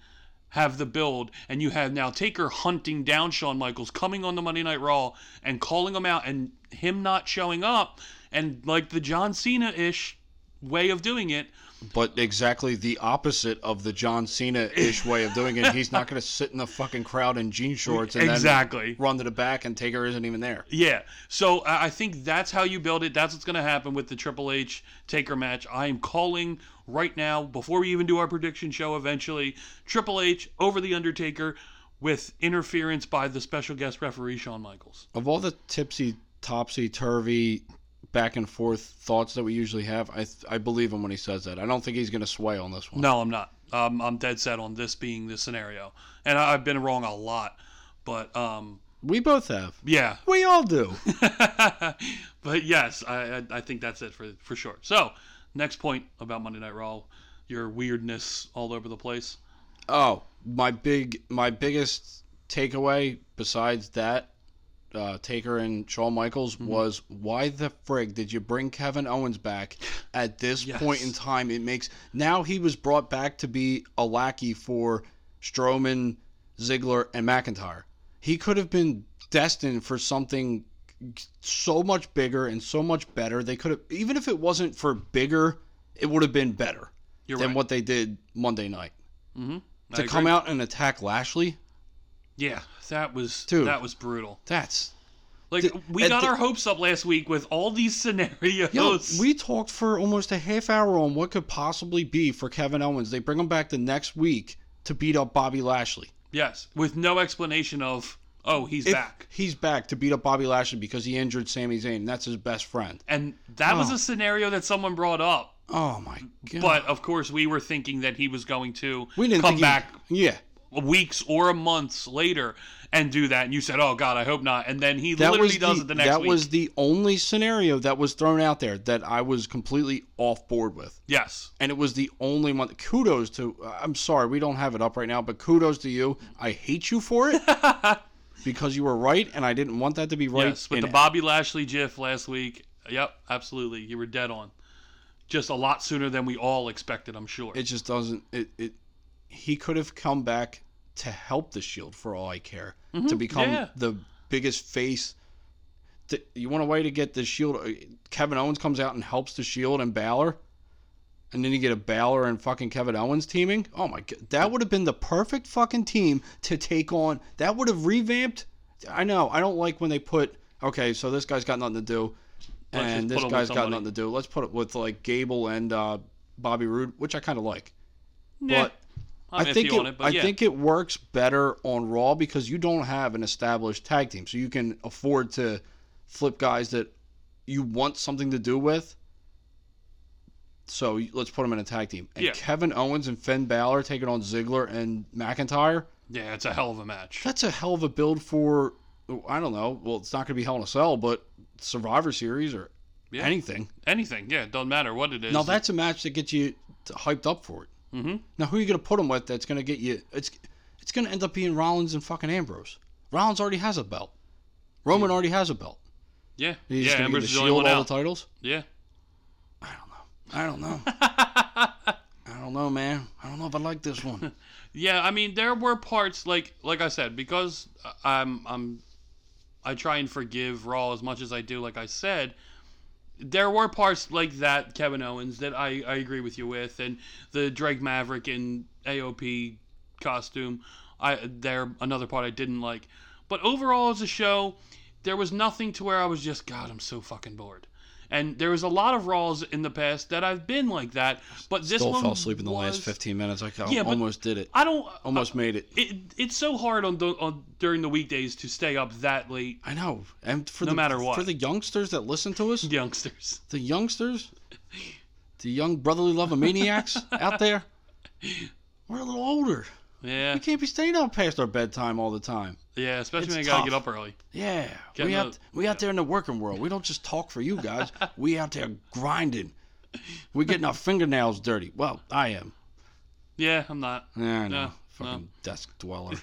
Speaker 7: have the build, and you have now Taker hunting down Shawn Michaels, coming on the Monday Night Raw and calling him out, and him not showing up, and like the John Cena ish way of doing it.
Speaker 8: but exactly the opposite of the John Cena ish way of doing it. He's not going to sit in the fucking crowd in jean shorts and
Speaker 7: Exactly.
Speaker 8: then run to the back and Taker isn't even there.
Speaker 7: Yeah, so I I think that's how you build it. That's what's going to happen with the Triple H Taker match. I am calling right now, before we even do our prediction show eventually, Triple H over The Undertaker with interference by the special guest referee, Shawn Michaels.
Speaker 8: of all the tipsy topsy turvy back and forth thoughts that we usually have i th- i believe him when he says that i don't think he's going to sway on this one
Speaker 7: No, I'm not. Um, I'm dead set on this being the scenario. And I, I've been wrong a lot, but um,
Speaker 8: we both have
Speaker 7: yeah. *laughs*
Speaker 8: we all do
Speaker 7: but yes, I, I, I think that's it for, for sure. So, next point about Monday Night Raw your weirdness all over the place.
Speaker 8: oh my big my biggest takeaway besides that uh, Taker and Shawn Michaels was why the frig did you bring Kevin Owens back at this point in time? It makes now he was brought back to be a lackey for Strowman, Ziggler, and McIntyre. He could have been destined for something so much bigger and so much better. They could have even if it wasn't for bigger, it would have been better than
Speaker 7: right.
Speaker 8: what they did Monday night.
Speaker 7: I
Speaker 8: To
Speaker 7: agree.
Speaker 8: come out and attack Lashley,
Speaker 7: Yeah, that was
Speaker 8: Dude.
Speaker 7: that was brutal.
Speaker 8: that's
Speaker 7: Like we
Speaker 8: and
Speaker 7: got
Speaker 8: the-
Speaker 7: our hopes up last week with all these *laughs* scenarios.
Speaker 8: Yo, we talked for almost a half hour on what could possibly be for Kevin Owens. They bring him back the next week to beat up Bobby Lashley.
Speaker 7: yes, with no explanation of oh he's
Speaker 8: If
Speaker 7: back,
Speaker 8: He's back to beat up Bobby Lashley because he injured Sami Zayn. and That's his best friend.
Speaker 7: and that was a scenario that someone brought up.
Speaker 8: Oh my god!
Speaker 7: But of course, we were thinking that he was going to
Speaker 8: we didn't
Speaker 7: come
Speaker 8: think he-
Speaker 7: back
Speaker 8: yeah,
Speaker 7: weeks or months later and do that. And you said, "Oh God, I hope not." And then he
Speaker 8: that
Speaker 7: literally
Speaker 8: was
Speaker 7: does
Speaker 8: the,
Speaker 7: it the next
Speaker 8: that
Speaker 7: week.
Speaker 8: was the only scenario that was thrown out there that I was completely off board with.
Speaker 7: yes,
Speaker 8: and it was the only one. Kudos to. uh, I'm sorry, we don't have it up right now, but kudos to you. I hate you
Speaker 7: *laughs*
Speaker 8: for it because you were right, and I didn't want that to be right.
Speaker 7: yes, with
Speaker 8: in
Speaker 7: the Bobby Lashley gif last week. Yep, absolutely, you were dead on. Just a lot sooner than we all expected, I'm sure.
Speaker 8: it just doesn't. It, it he could have come back to help the Shield for all I care to become
Speaker 7: Mm-hmm. yeah.
Speaker 8: the biggest face. Th- You want a way to get the Shield? uh, Kevin Owens comes out and helps the Shield and Balor. And then you get a Balor and fucking Kevin Owens teaming. Oh my god, that would have been the perfect fucking team to take on. That would have revamped. I know. I don't like when they put. Okay, so this guy's got nothing to do,
Speaker 7: just
Speaker 8: and
Speaker 7: put
Speaker 8: this
Speaker 7: him with
Speaker 8: guy's got
Speaker 7: somebody.
Speaker 8: nothing to do. Let's put it with like Gable and uh, Bobby Roode, which I kind of like.
Speaker 7: Yeah.
Speaker 8: But
Speaker 7: I'm
Speaker 8: I think
Speaker 7: iffy
Speaker 8: it,
Speaker 7: on it, but
Speaker 8: I
Speaker 7: yeah.
Speaker 8: think it works better on Raw because you don't have an established tag team, so you can afford to flip guys that you want something to do with. So y- let's put them in a tag team. And
Speaker 7: Yeah.
Speaker 8: Kevin Owens and Finn Balor taking on Ziggler and McIntyre.
Speaker 7: Yeah, it's a hell of a match.
Speaker 8: That's a hell of a build for I don't know. Well, it's not going to be Hell in a Cell, but Survivor Series or
Speaker 7: Yeah.
Speaker 8: anything.
Speaker 7: Anything. Yeah, it doesn't matter what it is.
Speaker 8: Now that's a match that gets you t- hyped up for it.
Speaker 7: Mhm.
Speaker 8: Now who are you going to put them with? That's going to get you. It's it's going to end up being Rollins and fucking Ambrose. Rollins already has a belt. Roman already has a belt.
Speaker 7: Yeah.
Speaker 8: He's
Speaker 7: Hmm. yeah,
Speaker 8: just going to
Speaker 7: Ambrose
Speaker 8: be
Speaker 7: is
Speaker 8: the
Speaker 7: the only
Speaker 8: shield
Speaker 7: one
Speaker 8: all
Speaker 7: out.
Speaker 8: the titles.
Speaker 7: Yeah.
Speaker 8: I
Speaker 7: *laughs*
Speaker 8: don't know. I don't know, man. I don't know if I like this one.
Speaker 7: Yeah, I mean there were parts like like I said because uh, I'm I'm I try and forgive Raw as much as I do like I said. There were parts like that Kevin Owens that I I agree with you with and the Drake Maverick and AOP costume. I there another part I didn't like. But overall as a show, there was nothing to where I was just god, I'm so fucking bored. And there was a lot of Raws in the past that I've been like that, but this
Speaker 8: Still
Speaker 7: one
Speaker 8: fell asleep in the last
Speaker 7: was-
Speaker 8: 15 minutes. I
Speaker 7: Yeah, but-
Speaker 8: almost did it.
Speaker 7: I don't
Speaker 8: Almost made it.
Speaker 7: it, it's so hard on, the, on during the weekdays to stay up that late, *laughs*
Speaker 8: I know. And for
Speaker 7: No
Speaker 8: the,
Speaker 7: matter what.
Speaker 8: for the youngsters that listen to us,
Speaker 7: youngsters.
Speaker 8: the youngsters, the young brotherly love of
Speaker 7: *laughs*
Speaker 8: maniacs out there, we're a little older.
Speaker 7: Yeah,
Speaker 8: We can't be staying up past our bedtime all the time.
Speaker 7: yeah. Especially
Speaker 8: it's
Speaker 7: when you gotta get
Speaker 8: tough.
Speaker 7: up early.
Speaker 8: Yeah,
Speaker 7: Getting
Speaker 8: we
Speaker 7: up-
Speaker 8: out we out there in the working world. We don't just talk for you
Speaker 7: *laughs*
Speaker 8: guys. we out there grinding. We getting our fingernails dirty. Well, I am.
Speaker 7: Yeah, I'm not.
Speaker 8: Yeah,
Speaker 7: No,
Speaker 8: I know.
Speaker 7: no.
Speaker 8: Fucking
Speaker 7: *laughs*
Speaker 8: desk dweller.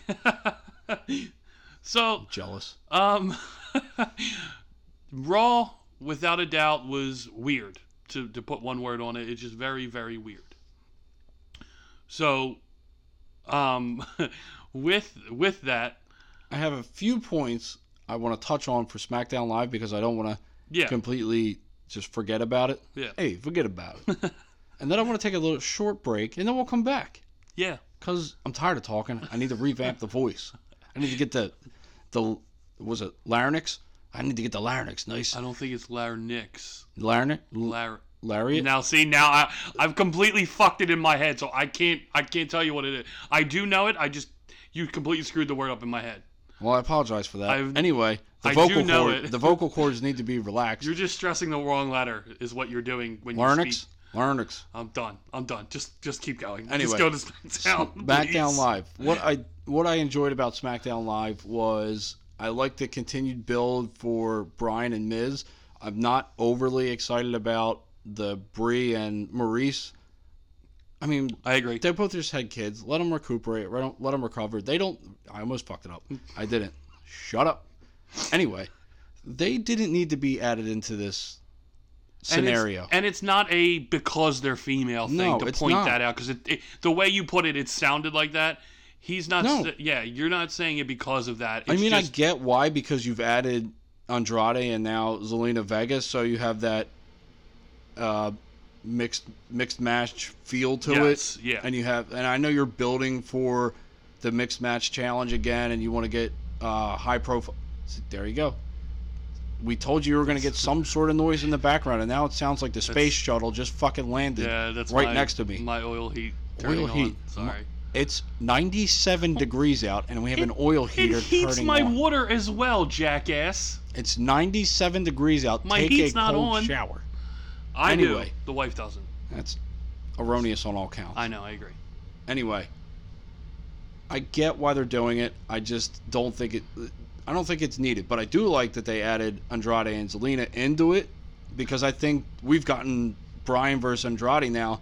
Speaker 7: So,
Speaker 8: Jealous.
Speaker 7: um, Raw, without a doubt, was weird. To to put one word on it, it's just very very weird. So, um, *laughs* with with that,
Speaker 8: I have a few points I want to touch on for SmackDown Live because I don't want to
Speaker 7: yeah,
Speaker 8: completely just forget about it.
Speaker 7: Yeah.
Speaker 8: Hey, forget about
Speaker 7: *laughs*
Speaker 8: it. and then I want to take a little short break and then we'll come back
Speaker 7: yeah,
Speaker 8: because I'm tired of talking. I need to revamp the voice. I need to get the the was it larynx? I need to get the larynx. Nice.
Speaker 7: I don't think it's larynx.
Speaker 8: Larynx.
Speaker 7: Lar-
Speaker 8: Lariat.
Speaker 7: Now see now I I've completely fucked it in my head, so I can't I can't tell you what it is. I do know it. I just you completely screwed the word up in my head.
Speaker 8: Well, I apologize for that.
Speaker 7: I've-
Speaker 8: anyway, the
Speaker 7: I do
Speaker 8: vocal
Speaker 7: know
Speaker 8: cord,
Speaker 7: it.
Speaker 8: the vocal cords need to be relaxed.
Speaker 7: You're just stressing the wrong letter is what you're doing when you
Speaker 8: Larynx,
Speaker 7: speak.
Speaker 8: larynx.
Speaker 7: I'm done. I'm done. Just just keep going. just
Speaker 8: Anyway.
Speaker 7: go to *laughs* SmackDown.
Speaker 8: SmackDown
Speaker 7: please.
Speaker 8: Live. What I what I enjoyed about SmackDown Live was I like the continued build for Brian and Miz. I'm not overly excited about the Brie and Maurice. I mean,
Speaker 7: I agree.
Speaker 8: they both just had kids. Let them recuperate. Let them, let them recover. They don't. I almost fucked it up. I didn't. Shut up. Anyway, they didn't need to be added into this scenario.
Speaker 7: And it's, and it's not a because they're female thing
Speaker 8: No,
Speaker 7: to
Speaker 8: it's
Speaker 7: point
Speaker 8: not.
Speaker 7: that out because it, it, the way you put it, it sounded like that. He's not.
Speaker 8: No.
Speaker 7: sa- yeah, you're not saying it because of that.
Speaker 8: I
Speaker 7: It's
Speaker 8: mean, I
Speaker 7: just-
Speaker 8: get why because you've added Andrade and now Zelina Vegas, so you have that uh, mixed mixed match feel to
Speaker 7: Yes,
Speaker 8: it.
Speaker 7: yeah.
Speaker 8: And you have, and I know you're building for the mixed match challenge again, and you want to get uh, high profile. there you go. We told you you were going to
Speaker 7: *laughs*
Speaker 8: get some sort of noise in the background, and now it sounds like the space shuttle just fucking landed
Speaker 7: yeah, that's
Speaker 8: right
Speaker 7: my-
Speaker 8: next to me.
Speaker 7: My oil heat. Turning
Speaker 8: Oil
Speaker 7: on.
Speaker 8: heat.
Speaker 7: Sorry.
Speaker 8: It's 97 degrees out, and we have an oil heater
Speaker 7: It heats
Speaker 8: turning
Speaker 7: my
Speaker 8: on.
Speaker 7: water as well, jackass.
Speaker 8: It's 97 degrees out.
Speaker 7: My
Speaker 8: Take
Speaker 7: heat's
Speaker 8: a
Speaker 7: not
Speaker 8: cold
Speaker 7: on.
Speaker 8: shower.
Speaker 7: I do.
Speaker 8: Anyway.
Speaker 7: The wife doesn't.
Speaker 8: That's erroneous on all counts.
Speaker 7: I know. I agree.
Speaker 8: Anyway, I get why they're doing it. I just don't think it. I don't think it's needed. But I do like that they added Andrade and Zelina into it because I think we've gotten Bryan versus Andrade now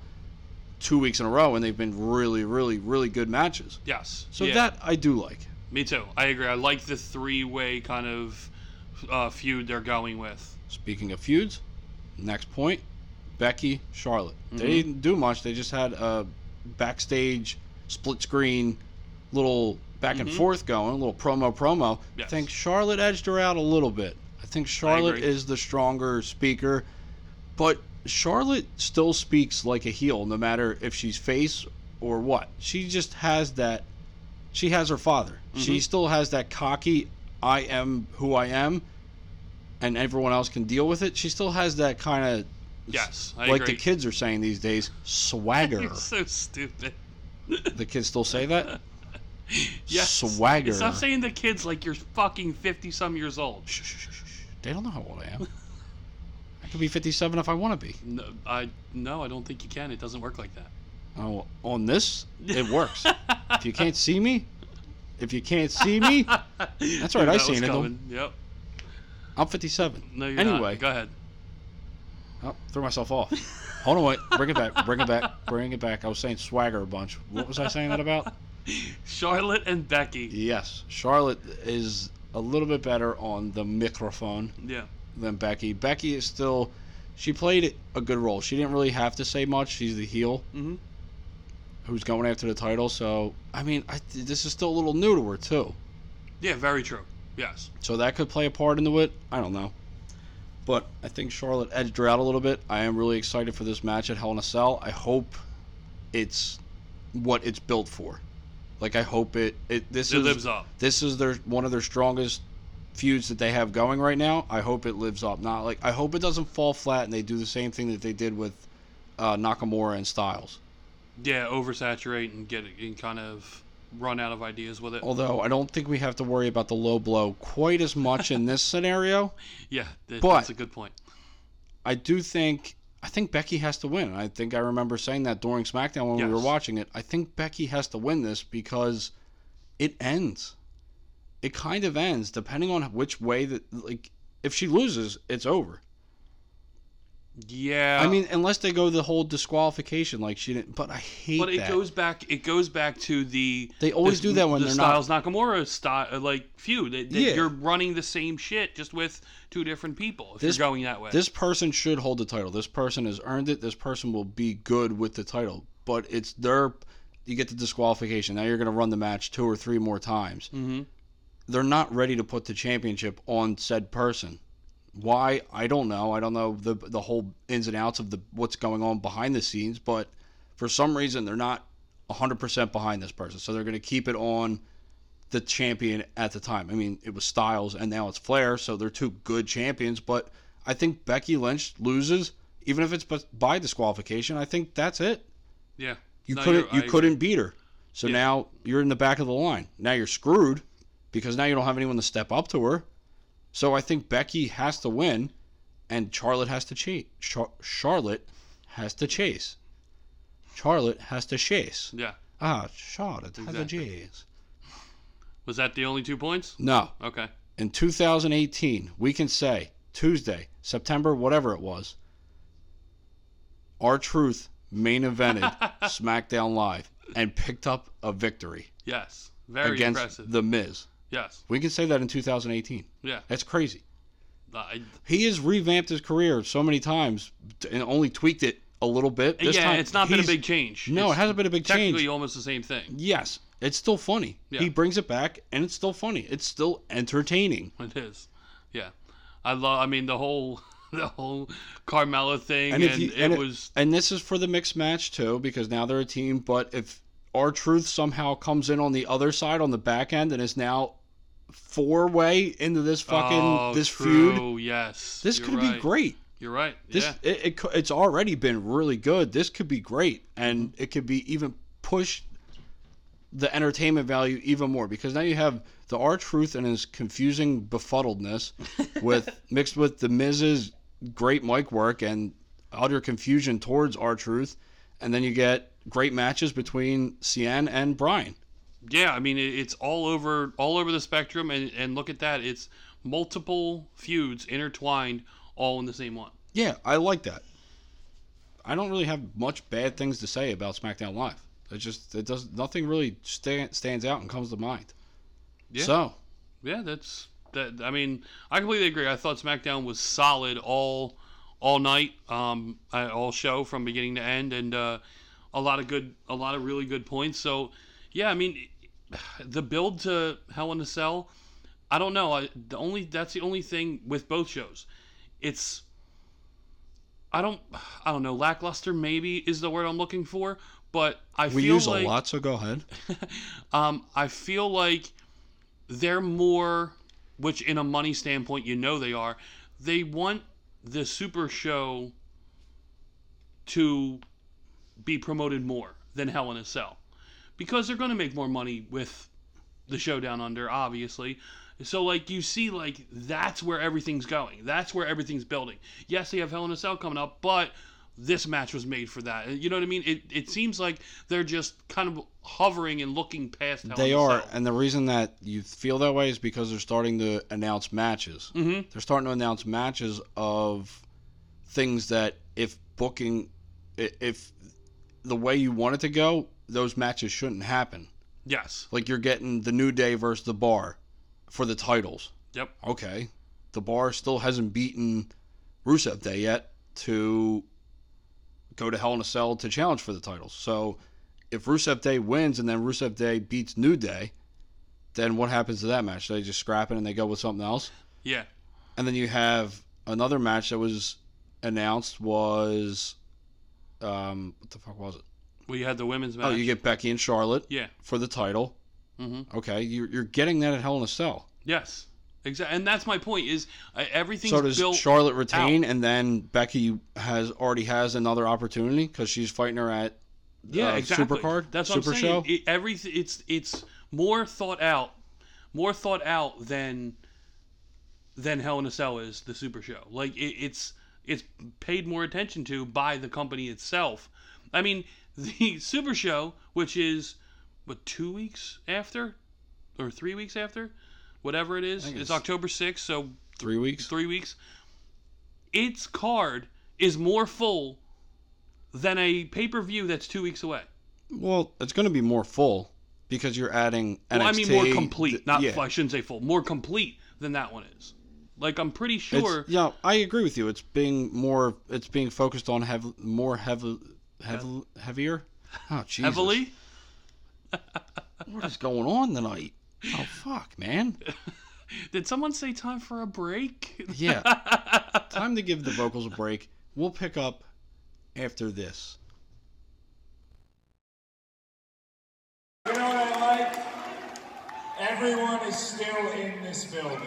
Speaker 8: two weeks in a row, and they've been really, really, really good matches.
Speaker 7: Yes.
Speaker 8: So
Speaker 7: Yeah.
Speaker 8: that I do like.
Speaker 7: Me too. I agree. I like the three-way kind of uh, feud they're going with.
Speaker 8: Speaking of feuds, next point Becky, Charlotte. They didn't do much. They just had a backstage split screen little back and forth going, a little promo promo.
Speaker 7: Yes.
Speaker 8: I think Charlotte edged her out a little bit. I think Charlotte
Speaker 7: agree.
Speaker 8: is the stronger speaker, but Charlotte still speaks like a heel, no matter if she's face or what. She just has that. She has her father.
Speaker 7: Mm-hmm.
Speaker 8: She still has that cocky, I am who I am, and everyone else can deal with it. She still has that kind of,
Speaker 7: Yes, I
Speaker 8: like
Speaker 7: agree.
Speaker 8: the kids are saying these days,
Speaker 7: *laughs*
Speaker 8: swagger.
Speaker 7: You're so stupid.
Speaker 8: the kids still say that?
Speaker 7: Yes.
Speaker 8: Swagger.
Speaker 7: Stop saying the kids like you're fucking fifty-some years old.
Speaker 8: Shh, shh, shh, shh, shh. They don't know how old I am. could be 57 if I want to be.
Speaker 7: No, I no, I don't think you can. It doesn't work like that.
Speaker 8: Oh, on this, it
Speaker 7: *laughs*
Speaker 8: works. if you can't see me, if you can't see me, that's right.
Speaker 7: That
Speaker 8: I
Speaker 7: was
Speaker 8: seen it. though.
Speaker 7: coming. Yep.
Speaker 8: I'm 57.
Speaker 7: No, you're not.
Speaker 8: anyway,
Speaker 7: Go ahead.
Speaker 8: Oh, threw myself off. Hold on, wait. Bring it back. Bring it back. Bring it back. I was saying swagger a bunch. What was I saying that about?
Speaker 7: Charlotte and Becky.
Speaker 8: Yes, Charlotte is a little bit better on the microphone
Speaker 7: Yeah.
Speaker 8: than Becky. Becky is still. She played a good role. She didn't really have to say much. She's the heel
Speaker 7: Mhm.
Speaker 8: who's going after the title. So, I mean, I, this is still a little new to her, too.
Speaker 7: Yeah. Very true. Yes.
Speaker 8: So that could play a part into it. I don't know. But I think Charlotte edged her out a little bit. I am really excited for this match at Hell in a Cell. I hope it's what it's built for. Like I hope it, it this
Speaker 7: It
Speaker 8: is
Speaker 7: lives up.
Speaker 8: this is their one of their strongest feuds that they have going right now. I hope it lives up. Not like I hope it doesn't fall flat and they do the same thing that they did with uh, Nakamura and Styles.
Speaker 7: Yeah. Oversaturate and get and kind of run out of ideas with it.
Speaker 8: Although I don't think we have to worry about the low blow quite as much in this scenario.
Speaker 7: yeah. That,
Speaker 8: but-
Speaker 7: that's a good point.
Speaker 8: I do think I think Becky has to win. I think I remember saying that during SmackDown when we were
Speaker 7: Yes.
Speaker 8: watching it. I think Becky has to win this because it ends. It kind of ends depending on which way that like if she loses, it's over.
Speaker 7: Yeah.
Speaker 8: I mean, unless they go the whole disqualification like she didn't. But I hate
Speaker 7: But it
Speaker 8: that.
Speaker 7: goes back. It goes back to the.
Speaker 8: They always
Speaker 7: the-
Speaker 8: do that when
Speaker 7: the
Speaker 8: they're not-
Speaker 7: Styles Nakamura style, like feud. That, that
Speaker 8: Yeah.
Speaker 7: You're running the same shit just with two different people. If
Speaker 8: This-
Speaker 7: you're going that way.
Speaker 8: this person should hold the title. This person has earned it. This person will be good with the title. But it's their. You get the disqualification. Now you're going to run the match two or three more times.
Speaker 7: hmm
Speaker 8: they're not ready to put the championship on said person. Why? I don't know. I don't know the the whole ins and outs of the what's going on behind the scenes, but for some reason they're not 100% behind this person. So they're going to keep it on the champion at the time. I mean, it was Styles and now it's Flair, so they're two good champions, but I think Becky Lynch loses even if it's b- by disqualification. I think that's it.
Speaker 7: Yeah.
Speaker 8: You
Speaker 7: No,
Speaker 8: couldn't
Speaker 7: you're-
Speaker 8: you
Speaker 7: I-
Speaker 8: couldn't beat her. So
Speaker 7: Yeah.
Speaker 8: now you're in the back of the line. Now you're screwed because now you don't have anyone to step up to her. So I think Becky has to win and Charlotte has to chase. Char- Charlotte has to chase. Charlotte has to chase.
Speaker 7: Yeah.
Speaker 8: Ah, Charlotte has to
Speaker 7: Exactly.
Speaker 8: chase.
Speaker 7: Was that the only two points?
Speaker 8: No,
Speaker 7: Okay.
Speaker 8: in 2018, we can say Tuesday, September, whatever it was, our truth
Speaker 7: *laughs*
Speaker 8: main evented SmackDown Live and picked up a victory
Speaker 7: Yes. Very
Speaker 8: against
Speaker 7: impressive.
Speaker 8: the Miz.
Speaker 7: yes.
Speaker 8: We can say that in 2018.
Speaker 7: Yeah.
Speaker 8: That's crazy.
Speaker 7: I,
Speaker 8: He has revamped his career so many times and only tweaked it a little bit. This
Speaker 7: yeah.
Speaker 8: time,
Speaker 7: it's not been a
Speaker 8: he's-
Speaker 7: big change.
Speaker 8: No, it
Speaker 7: It's
Speaker 8: hasn't been a big
Speaker 7: technically
Speaker 8: change.
Speaker 7: almost the same thing.
Speaker 8: Yes, it's still funny.
Speaker 7: Yeah.
Speaker 8: He brings it back, and it's still funny. It's still entertaining.
Speaker 7: *laughs* It is. Yeah. I love. I mean, the whole *laughs* the whole Carmella thing, and,
Speaker 8: and if you,
Speaker 7: it
Speaker 8: and it-
Speaker 7: was.
Speaker 8: and this is for the mixed match too because now they're a team but if our truth somehow comes in on the other side on the back end and is now four way into this fucking
Speaker 7: oh,
Speaker 8: this feud
Speaker 7: true, Yes.
Speaker 8: this
Speaker 7: You're
Speaker 8: could be
Speaker 7: right.
Speaker 8: great
Speaker 7: You're right.
Speaker 8: this
Speaker 7: yeah.
Speaker 8: it, it, cou- it's already been really good this could be great and it could be even push the entertainment value even more because now you have the R Truth and his confusing befuddledness with mixed with the Miz's great mic work and utter confusion towards R Truth. And then you get great matches between Cien and Brian.
Speaker 7: Yeah, I mean it, it's all over all over the spectrum, and and look at that, it's multiple feuds intertwined all in the same one.
Speaker 8: Yeah, I like that. I don't really have much bad things to say about SmackDown Live. It just it does nothing really stand, stands out and comes to mind.
Speaker 7: Yeah.
Speaker 8: So
Speaker 7: Yeah, that's that. I mean, I completely agree. I thought SmackDown was solid all all night, um, I- all show from beginning to end, and uh, a lot of good, a lot of really good points. So, yeah, I mean, the build to Hell in a Cell, I don't know. I, the only that's the only thing with both shows, it's. I don't, I don't know. Lackluster maybe is the word I'm looking for, but I
Speaker 8: we
Speaker 7: feel
Speaker 8: use
Speaker 7: like
Speaker 8: a lot. So go ahead.
Speaker 7: um, I feel like they're more, which in a money standpoint, you know they are. They want the Super Show to be promoted more than Hell in a Cell because they're going to make more money with the show down under, obviously, So like you see like that's where everything's going. That's where everything's building. Yes, they have Hell in a Cell coming up, but this match was made for that. You know what I mean? It it seems like they're just kind of hovering and looking past. Hell
Speaker 8: They
Speaker 7: in a
Speaker 8: are,
Speaker 7: Cell.
Speaker 8: and the reason that you feel that way is because they're starting to announce matches. Mm-hmm. They're starting to announce matches of things that, if booking, i- if the way you want it to go, those matches shouldn't happen.
Speaker 7: Yes.
Speaker 8: Like you're getting the New Day versus the Bar for the titles.
Speaker 7: Yep.
Speaker 8: Okay, the Bar still hasn't beaten Rusev Day yet to go to Hell in a Cell to challenge for the titles. So if Rusev Day wins and then Rusev Day beats New Day, then what happens to that match? They just scrap it and they go with something else.
Speaker 7: Yeah.
Speaker 8: And then you have another match that was announced was um what the fuck was it?
Speaker 7: We had the women's match.
Speaker 8: Oh, you get Becky and Charlotte
Speaker 7: yeah.
Speaker 8: for the title. Mm-hmm. Okay, you're, you're getting that at Hell in a Cell.
Speaker 7: Yes. Exactly. And that's my point is uh, everything's
Speaker 8: So does
Speaker 7: built
Speaker 8: Charlotte retain, and then Becky has already has another opportunity because she's fighting her at
Speaker 7: yeah,
Speaker 8: uh,
Speaker 7: exactly.
Speaker 8: Supercard,
Speaker 7: That's what
Speaker 8: Super
Speaker 7: I'm
Speaker 8: Show?
Speaker 7: saying. It, everything it's it's more thought out, more thought out than than Hell in a Cell is the Super Show. Like it, it's it's paid more attention to by the company itself. I mean, *laughs* the Super Show, which is what two weeks after or three weeks after, whatever it is, it's,
Speaker 8: it's-
Speaker 7: October sixth. So
Speaker 8: three weeks.
Speaker 7: three weeks. Its card is more full than a pay per view that's two weeks away.
Speaker 8: Well, it's going to be more full because you're adding NXT.
Speaker 7: Well, I mean, more complete.
Speaker 8: th-
Speaker 7: Not
Speaker 8: yeah.
Speaker 7: I shouldn't say full. More complete than that one is. Like I'm pretty
Speaker 8: It's-
Speaker 7: sure.
Speaker 8: yeah, I agree with you. It's being more. It's being focused on heav- more heavy, heavy, heavier. Oh, Jesus.
Speaker 7: Heavily,
Speaker 8: What is going on tonight? Oh fuck, man.
Speaker 7: did someone say time for a break? *laughs*
Speaker 8: Yeah. Time to give the vocals a break. We'll pick up after this.
Speaker 1: You know what I like? Everyone is still in this building.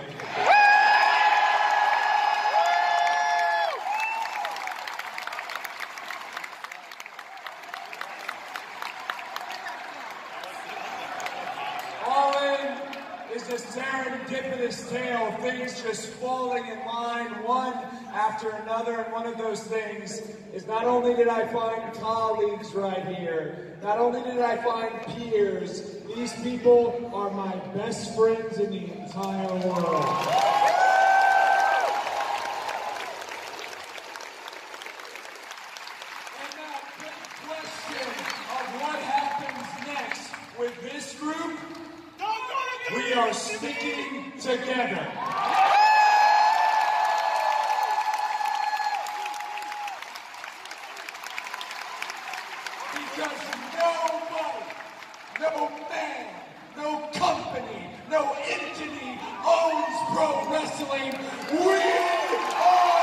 Speaker 1: All in is a serendipitous tale of things just falling in line one after another. And one of those things is not only did I find colleagues right here, not only did I find peers, these people are my best friends in the entire world. And now, the question of what happens next with this group, we are sticking together. Because nobody, no man, no company, no entity owns pro wrestling. We are.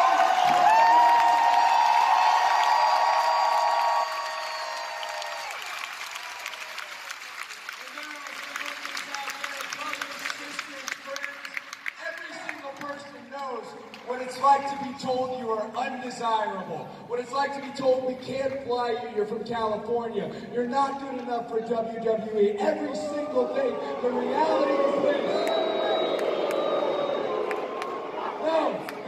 Speaker 1: Every single person knows What it's like to be told you are undesirable. What it's like to be told we can't fly you. You're from California. You're not good enough for WWE. Every single thing. The reality is this. No,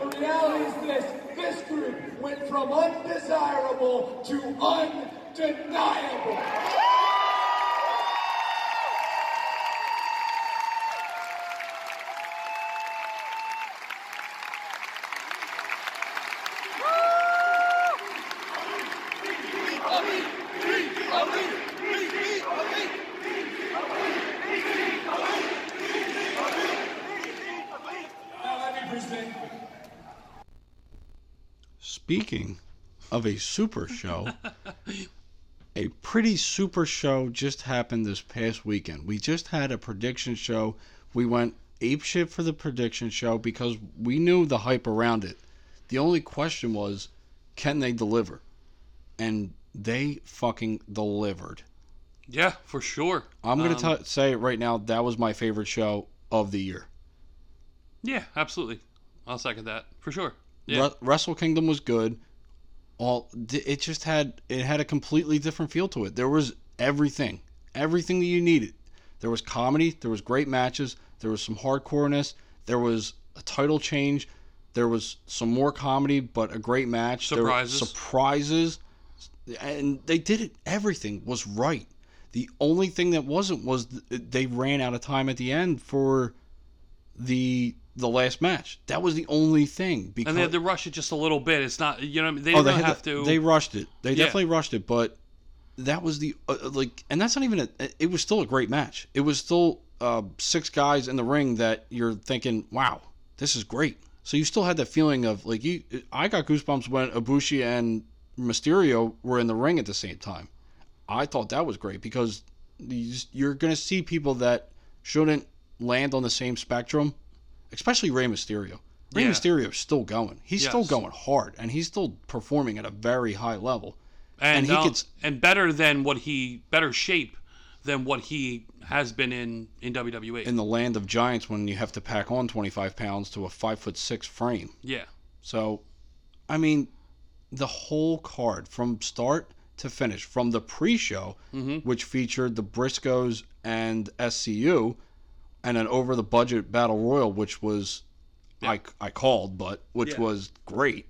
Speaker 1: the reality is this. This group went from undesirable to undeniable. Now let me present
Speaker 8: Speaking of a super show, a pretty super show just happened this past weekend. We just had a prediction show. We went ape shit for the prediction show because we knew the hype around it. The only question was, can they deliver? And they fucking delivered.
Speaker 7: yeah, for sure.
Speaker 8: I'm gonna t- say it right now. That was my favorite show of the year.
Speaker 7: Yeah, absolutely. I'll second that for sure. Yeah,
Speaker 8: Wre- Wrestle Kingdom was good. All d- it just had it had a completely different feel to it. There was everything, everything that you needed. There was comedy. There was great matches. There was some hardcoreness. There was a title change. There was some more comedy, but a great match. There were
Speaker 7: Surprises.
Speaker 8: surprises, and they did it. Everything was right. The only thing that wasn't was th- they ran out of time at the end for the the last match. That was the only thing. Because
Speaker 7: and they had to rush it just a little bit. It's not, you know, what I mean? they
Speaker 8: Oh,
Speaker 7: don't
Speaker 8: they had
Speaker 7: have
Speaker 8: to-
Speaker 7: to.
Speaker 8: They rushed it. They
Speaker 7: Yeah.
Speaker 8: definitely rushed it, but that was the uh, uh, like, and that's not even a. uh, It was still a great match. It was still uh, six guys in the ring that you're thinking, wow, this is great. So you still had that feeling of like you. I got goosebumps when Ibushi and Mysterio were in the ring at the same time. I thought that was great because you just- you're going to see people that shouldn't land on the same spectrum, especially Rey Mysterio. Rey
Speaker 7: Yeah.
Speaker 8: Mysterio is still going. He's still
Speaker 7: Yes.
Speaker 8: going hard, and he's still performing at a very high level.
Speaker 7: and,
Speaker 8: and he
Speaker 7: I'll-
Speaker 8: gets-
Speaker 7: and better than what he better shape than what he has been in in E. WWE.
Speaker 8: in the land of giants when you have to pack on 25 pounds to a five foot six frame.
Speaker 7: yeah,
Speaker 8: So, I mean, the whole card from start to finish, from the pre show,
Speaker 7: Mm-hmm.
Speaker 8: which featured the Briscoes and SCU, and an over the budget battle royal, which was, I, I called, but which
Speaker 7: Yeah.
Speaker 8: was great.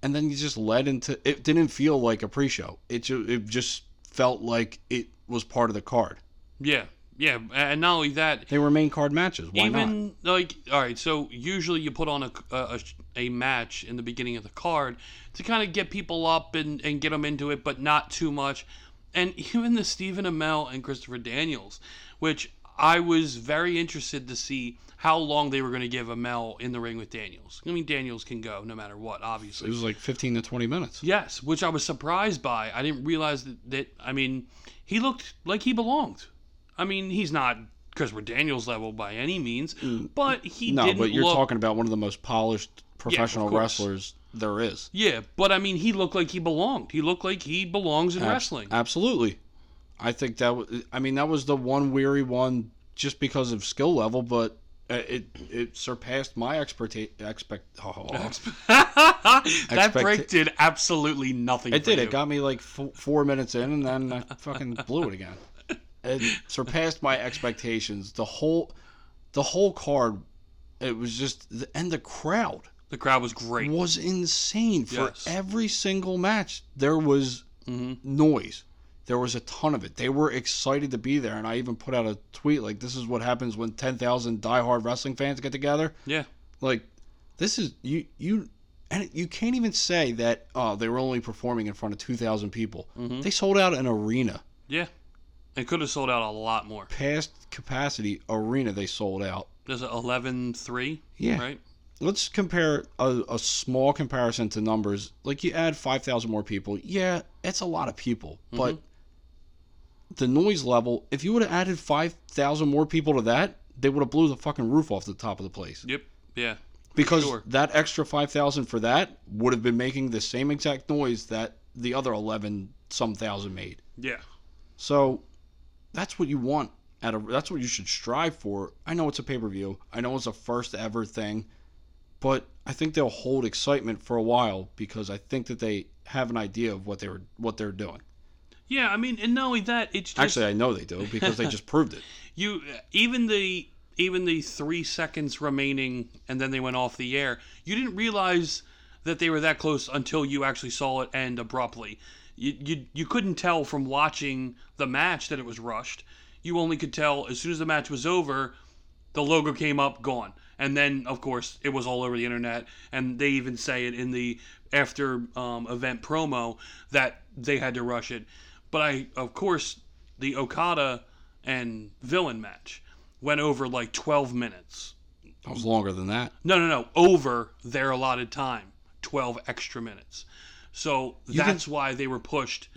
Speaker 8: And then you just led into it, didn't feel like a pre show. It, ju- it just felt like it was part of the card.
Speaker 7: yeah, yeah. And not only that,
Speaker 8: They were main card matches. Why not?
Speaker 7: even like all right so usually you put on a, a, a match in the beginning of the card to kind of get people up and, and get them into it but not too much and *laughs* even the stephen amell and christopher daniels which i was very interested to see how long they were going to give amell in the ring with daniels i mean daniels can go no matter what obviously
Speaker 8: It was like 15 to 20 minutes.
Speaker 7: Yes, which I was surprised by. I didn't realize that, that I mean, he looked like he belonged. I mean, he's not Christopher Daniels level by any means, but he
Speaker 8: Mm. no,
Speaker 7: didn't
Speaker 8: but you're
Speaker 7: look-
Speaker 8: talking about one of the most polished professional
Speaker 7: course.
Speaker 8: wrestlers there is.
Speaker 7: Yeah, but I mean, he looked like he belonged. He looked like he belongs in wrestling.
Speaker 8: Absolutely. I think that was, I mean, that was the one weary one just because of skill level, but uh, it it surpassed my expertise. Expect,
Speaker 7: *laughs*
Speaker 8: oh,
Speaker 7: *laughs* that
Speaker 8: Expect-
Speaker 7: break did absolutely nothing.
Speaker 8: it
Speaker 7: for
Speaker 8: did.
Speaker 7: you.
Speaker 8: It got me like f- four minutes in, and then I
Speaker 7: *laughs*
Speaker 8: fucking blew it again. It surpassed my expectations. The whole, the whole card, it was just, and the crowd.
Speaker 7: the crowd was great.
Speaker 8: was insane for
Speaker 7: Yes. Mm-hmm.
Speaker 8: every single match. There was noise. There was a ton of it. They were excited to be there, and I even put out a tweet like, "This is what happens when ten thousand diehard wrestling fans get together."
Speaker 7: Yeah,
Speaker 8: Like, this is you you, and you can't even say that oh they were only performing in front of two thousand people.
Speaker 7: Mm-hmm.
Speaker 8: They sold out an arena
Speaker 7: yeah. It could have sold out a lot more.
Speaker 8: past capacity arena. They sold out.
Speaker 7: There's 11-3,
Speaker 8: Yeah.
Speaker 7: right?
Speaker 8: let's compare a, a small comparison to numbers. Like you add 5,000 more people. Yeah, it's a lot of people,
Speaker 7: Mm-hmm.
Speaker 8: but the noise level, if you would have added 5,000 more people to that, they would have blew the fucking roof off the top of the place.
Speaker 7: Yep. Yeah.
Speaker 8: because
Speaker 7: sure.
Speaker 8: that extra 5,000 for that would have been making the same exact noise that the other 11 some thousand made.
Speaker 7: Yeah.
Speaker 8: So that's what you want at a that's what you should strive for. I know it's a pay-per-view. I know it's a first ever thing, but I think they'll hold excitement for a while because I think that they have an idea of what they were what they're doing.
Speaker 7: Yeah, I mean, and not only that, it's just
Speaker 8: Actually, I know they do because they just proved it.
Speaker 7: you uh, even the even the three seconds remaining and then they went off the air you didn't realize that they were that close until you actually saw it end abruptly you, you, you couldn't tell from watching the match that it was rushed you only could tell as soon as the match was over the logo came up gone and then of course it was all over the internet and they even say it in the after um, event promo that they had to rush it but i of course the okada and villain match went over like 12 minutes
Speaker 8: It was longer than that.
Speaker 7: no no no over their allotted time 12 extra minutes so that's why they were pushed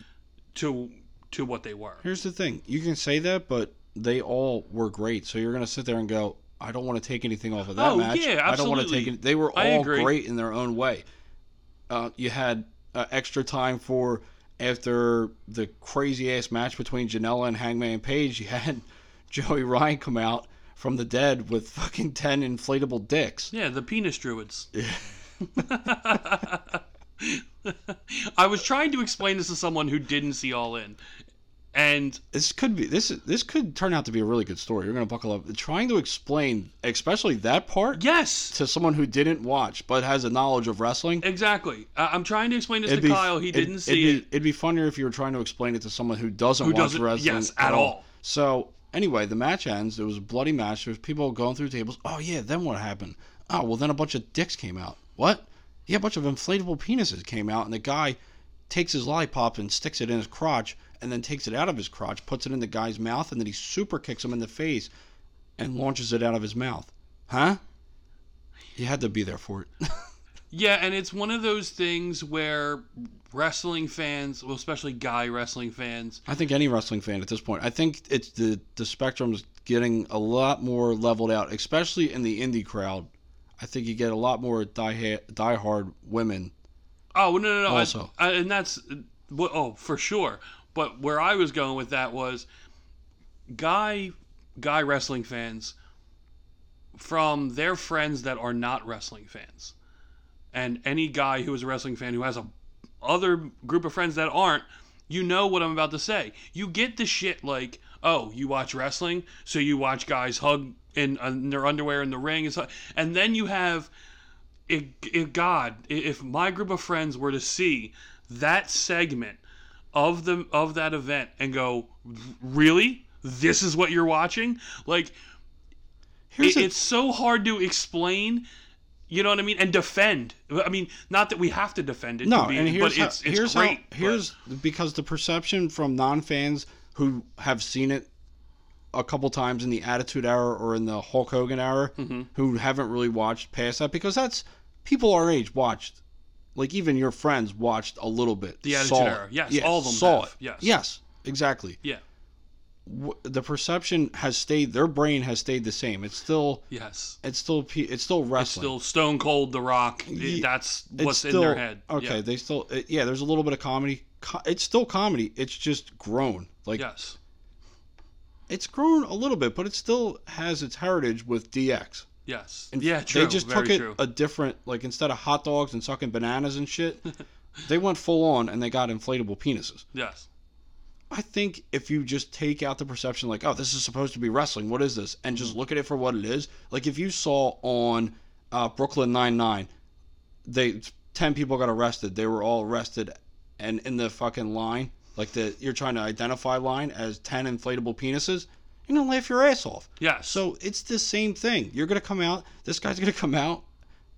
Speaker 7: to to what they were
Speaker 8: Here's the thing. You can say that, but they all were great. So you're going to sit there and go, I don't want to take anything off of that
Speaker 7: Oh,
Speaker 8: match.
Speaker 7: yeah,
Speaker 8: I don't want to
Speaker 7: absolutely.
Speaker 8: take it. They were
Speaker 7: I
Speaker 8: all
Speaker 7: agree.
Speaker 8: great in their own way. Uh, you had uh, extra time for after the crazy ass match between Janela and Hangman Page. You had *laughs* Joey Ryan come out from the dead with fucking 10 inflatable dicks.
Speaker 7: yeah the penis
Speaker 8: *laughs*
Speaker 7: druids *laughs* I was trying to explain this to someone who didn't see All In. And
Speaker 8: This could be this is- this could turn out to be a really good story. You're gonna buckle up. Trying to explain, especially that part,
Speaker 7: yes,
Speaker 8: to someone who didn't watch but has a knowledge of wrestling.
Speaker 7: exactly. I- I'm trying to explain this
Speaker 8: it'd
Speaker 7: to
Speaker 8: be-
Speaker 7: Kyle. He
Speaker 8: it'd-
Speaker 7: didn't see
Speaker 8: it'd
Speaker 7: it.
Speaker 8: be, It'd be funnier if you were trying to explain it to someone who doesn't
Speaker 7: Who
Speaker 8: watch
Speaker 7: doesn't-
Speaker 8: wrestling
Speaker 7: yes, at all.
Speaker 8: So anyway, the match ends. It was a bloody match. There was people going through tables. Oh yeah, then what happened? Oh well, then a bunch of dicks came out. What? Yeah, a bunch of inflatable penises came out, and the guy takes his lollipop and sticks it in his crotch, and then takes it out of his crotch, puts it in the guy's mouth, and then he super kicks him in the face, and launches it out of his mouth. Huh? You had to be there for it. *laughs*
Speaker 7: Yeah, and it's one of those things where wrestling fans, well, especially guy wrestling fans,
Speaker 8: I think any wrestling fan at this point. I think it's the the spectrum's getting a lot more leveled out, especially in the indie crowd. I think you get a lot more die diehard women.
Speaker 7: Oh no no no! I-
Speaker 8: Also.
Speaker 7: I, and that's what. Oh, for sure. But where I was going with that was guy guy wrestling fans from their friends that are not wrestling fans, and any guy who is a wrestling fan who has a other group of friends that aren't, you know what I'm about to say. You get the shit like, oh, you watch wrestling, so you watch guys hug in, in their underwear in the ring, and, so, and then you have it, it, God, i- if my group of friends were to see that segment of the of that event and go, really, this is what you're watching, like
Speaker 8: Here's
Speaker 7: it-
Speaker 8: the-
Speaker 7: it's so hard to explain. You know what I mean? And defend. I mean, not that we have to defend it.
Speaker 8: no,
Speaker 7: to be,
Speaker 8: and here's
Speaker 7: but
Speaker 8: how,
Speaker 7: it's, it's
Speaker 8: here's
Speaker 7: great.
Speaker 8: how, here's because the perception from non fans who have seen it a couple times in the Attitude Hour or in the Hulk Hogan Hour,
Speaker 7: Mm-hmm.
Speaker 8: who haven't really watched past that because that's people our age watched. Like even your friends watched a little bit.
Speaker 7: The Attitude
Speaker 8: saw it.
Speaker 7: Era. Yes,
Speaker 8: Yeah,
Speaker 7: all of them
Speaker 8: saw
Speaker 7: have.
Speaker 8: it.
Speaker 7: Yes.
Speaker 8: yes, exactly.
Speaker 7: yeah.
Speaker 8: w- the perception has stayed their brain has stayed the same it's still
Speaker 7: Yes.
Speaker 8: it's still pe- it's still wrestling
Speaker 7: Still Stone Cold, The Rock.
Speaker 8: Ye-
Speaker 7: that's
Speaker 8: It's
Speaker 7: what's in
Speaker 8: still-
Speaker 7: their head.
Speaker 8: okay
Speaker 7: Yeah.
Speaker 8: they still uh, yeah there's a little bit of comedy Co- it's still comedy it's just grown like
Speaker 7: Yes.
Speaker 8: it's grown a little bit but it still has its heritage with dx
Speaker 7: Yes.
Speaker 8: And
Speaker 7: yeah. True.
Speaker 8: they just
Speaker 7: Very
Speaker 8: took it
Speaker 7: true.
Speaker 8: a different like instead of hot dogs and sucking bananas
Speaker 7: *laughs*
Speaker 8: and shit they went full on and they got inflatable penises
Speaker 7: yes.
Speaker 8: I think if you just take out the perception, like, oh, this is supposed to be wrestling, what is this? And just look at it for what it is. Like if you saw on uh, Brooklyn Nine Nine, they ten people got arrested. They were all arrested, and in the fucking line, like the you're trying to identify line as ten inflatable penises. You're gonna laugh your ass off.
Speaker 7: Yes.
Speaker 8: So it's the same thing. You're gonna come out. This guy's gonna come out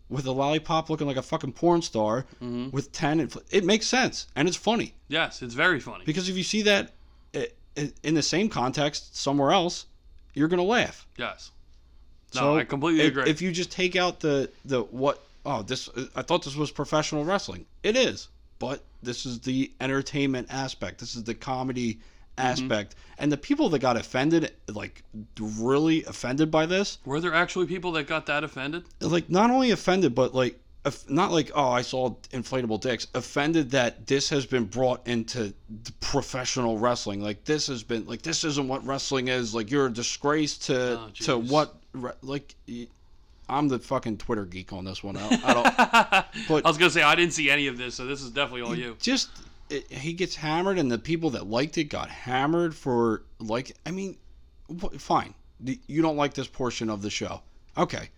Speaker 8: with a lollipop looking like a fucking porn star with ten. Infl- it makes sense and it's funny.
Speaker 7: Yes. It's very funny.
Speaker 8: Because if you see that i- i- in the same context somewhere else, you're gonna laugh.
Speaker 7: Yes. No,
Speaker 8: So
Speaker 7: I completely
Speaker 8: if,
Speaker 7: agree.
Speaker 8: If you just take out the the what oh this I thought this was professional wrestling. It is, but this is the entertainment aspect. This is the comedy
Speaker 7: Mm-hmm.
Speaker 8: aspect, and the people that got offended, like really offended by this,
Speaker 7: Were there actually people that got that offended?
Speaker 8: like not only offended but like of- not like oh i saw inflatable dicks offended that this has been brought into the professional wrestling like this has been like this isn't what wrestling is like you're a disgrace to
Speaker 7: Oh,
Speaker 8: to
Speaker 7: jeez.
Speaker 8: what re- like y- i'm the fucking twitter geek on this one i, I don't
Speaker 7: *laughs* I was gonna say I didn't see any of this, so this is definitely all you.
Speaker 8: just it, he gets hammered and the people that liked it got hammered for like i mean wh- fine The- you don't like this portion of the show okay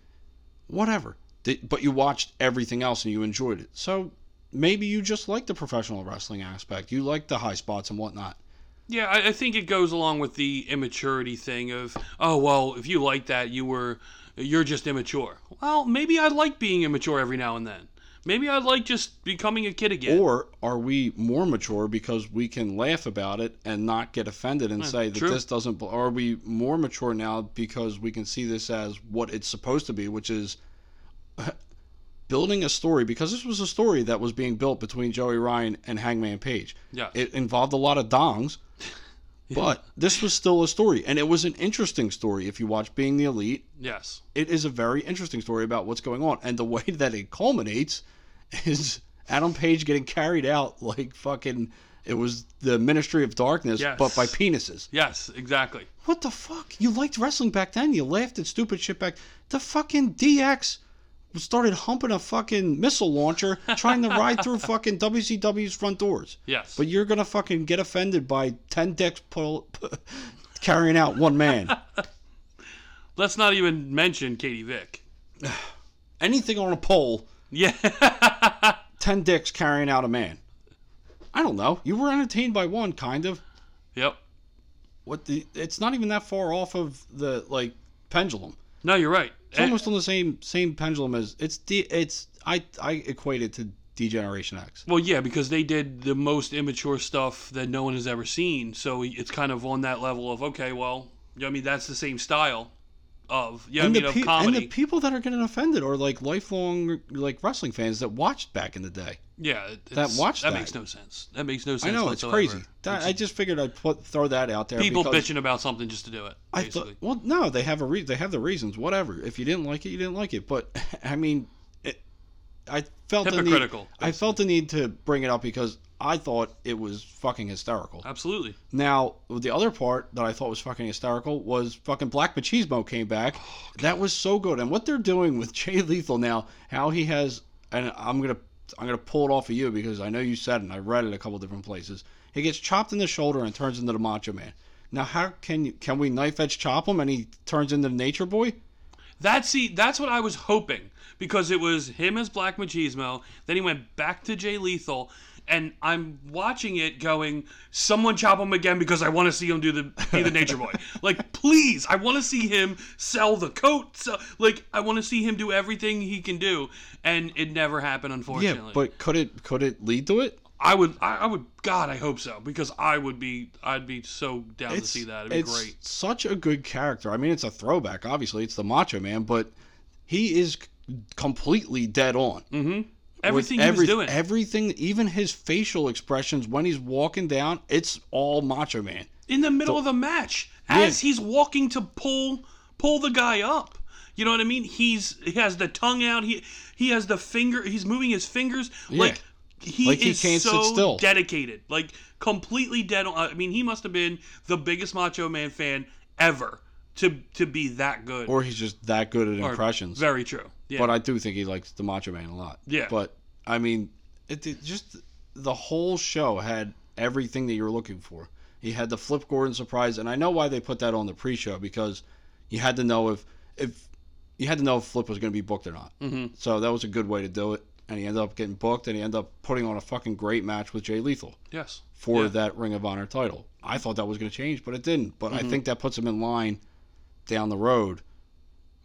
Speaker 8: whatever The- but you watched everything else and you enjoyed it so maybe you just like the professional wrestling aspect you like the high spots and whatnot
Speaker 7: Yeah, I, I think it goes along with the immaturity thing of oh well, if you like that, you were you're just immature. Well, maybe I like being immature every now and then. Maybe I like just becoming a kid again.
Speaker 8: or are we more mature because we can laugh about it and not get offended and say that
Speaker 7: true.
Speaker 8: this doesn't bel- are we more mature now because we can see this as what it's supposed to be which is *laughs* building a story because this was a story that was being built between Joey Ryan and Hangman Page
Speaker 7: Yes.
Speaker 8: it involved a lot
Speaker 7: *laughs*
Speaker 8: of dongs but this was still a story and it was an interesting story if you watch Being the Elite
Speaker 7: yes,
Speaker 8: it is a very interesting story about what's going on. And the *laughs* way that it culminates is Adam Page getting carried out like fucking it was the Ministry of Darkness,
Speaker 7: Yes.
Speaker 8: but by penises.
Speaker 7: yes, exactly.
Speaker 8: What the fuck? You liked wrestling back then. You laughed at stupid shit back. The fucking DX started humping a fucking missile launcher trying to ride through fucking WCW's front doors.
Speaker 7: Yes.
Speaker 8: But you're gonna fucking get offended by ten dicks pull, *laughs* carrying out one man.
Speaker 7: Let's not even mention Katie Vick. *laughs*
Speaker 8: Anything on a pole,
Speaker 7: Yeah.
Speaker 8: ten dicks carrying out a man. I don't know. You were entertained by one, kind of.
Speaker 7: yep.
Speaker 8: What the? It's not even that far off of the like pendulum.
Speaker 7: No, you're right.
Speaker 8: It's almost on the same same pendulum as it's D, it's I I equate it to Degeneration X.
Speaker 7: Well, yeah, because they did the most immature stuff that no one has ever seen. So it's kind of on that level of okay, well, you know what I mean that's the same style of yeah, I
Speaker 8: and,
Speaker 7: mean
Speaker 8: the
Speaker 7: of
Speaker 8: pe- and
Speaker 7: comedy.
Speaker 8: the people that are getting offended are like lifelong like wrestling fans that watched back in the day.
Speaker 7: yeah, it- it's-
Speaker 8: watch
Speaker 7: that
Speaker 8: that.
Speaker 7: makes no sense. That makes no sense.
Speaker 8: I know it's
Speaker 7: whatsoever.
Speaker 8: crazy. That, I just figured I'd put, throw that out there.
Speaker 7: People
Speaker 8: because
Speaker 7: bitching about something just to do it.
Speaker 8: I
Speaker 7: Basically,
Speaker 8: thought, well, no, they have a re- they have the reasons. Whatever. If you didn't like it, you didn't like it. But *laughs* I mean, it, I felt the need,
Speaker 7: Hypocritical,
Speaker 8: I felt the need to bring it up because I thought it was fucking hysterical.
Speaker 7: absolutely.
Speaker 8: Now, the other part that I thought was fucking hysterical was fucking Black Machismo came back. that was so good. And what they're doing with *laughs* Jay Lethal now, how he has, and I'm gonna I'm gonna pull it off of you because I know you said it. and I read it a couple different places. He gets chopped in the shoulder and turns into the Macho Man. Now, how can you can we knife edge chop him and he turns into the Nature Boy?
Speaker 7: That's see, that's what I was hoping because it was him as Black Machismo. Then he went back to Jay Lethal, and I'm watching it going, someone chop him again because I want to see him do the be the Nature
Speaker 8: *laughs*
Speaker 7: Boy. like, please, I want to see him sell the coat. So, like, I want to see him do everything he can do, and it never happened, unfortunately.
Speaker 8: but could it could it lead to it?
Speaker 7: I would, I, I would, God, I hope so because I would be, I'd be so down to see that. It'd be
Speaker 8: it's
Speaker 7: great.
Speaker 8: Such a good character. I mean, it's a throwback. Obviously, it's the Macho Man, but he is c- completely dead on. With
Speaker 7: Mm-hmm. Everything
Speaker 8: every-
Speaker 7: he was doing.
Speaker 8: everything, even his facial expressions when he's walking down, it's all Macho Man.
Speaker 7: in the middle of the match as he's walking to pull pull the guy up. You know what I mean? He's he has the tongue out. He he has the finger. He's moving his fingers like he
Speaker 8: Like he
Speaker 7: is
Speaker 8: can't sit
Speaker 7: so
Speaker 8: still.
Speaker 7: dedicated, like completely dead. On, I mean, he must have been the biggest Macho Man fan ever to to be that good.
Speaker 8: Or he's just that good at
Speaker 7: Or-
Speaker 8: impressions.
Speaker 7: Very true. Yeah.
Speaker 8: But I do think he likes the Macho Man a lot.
Speaker 7: Yeah.
Speaker 8: But I mean, it, it just the whole show had everything that you're looking for. He had the Flip Gordon surprise, and I know why they put that on the pre-show because you had to know if if you had to know if Flip was going to be booked or not. Mm-hmm. So that was a good way to do it, and he ended up getting booked, and he ended up putting on a fucking great match with Jay Lethal
Speaker 7: yes.
Speaker 8: for
Speaker 7: Yeah.
Speaker 8: that Ring of Honor title. I thought that was going to change, but it didn't. But
Speaker 7: Mm-hmm.
Speaker 8: I think that puts him in line down the road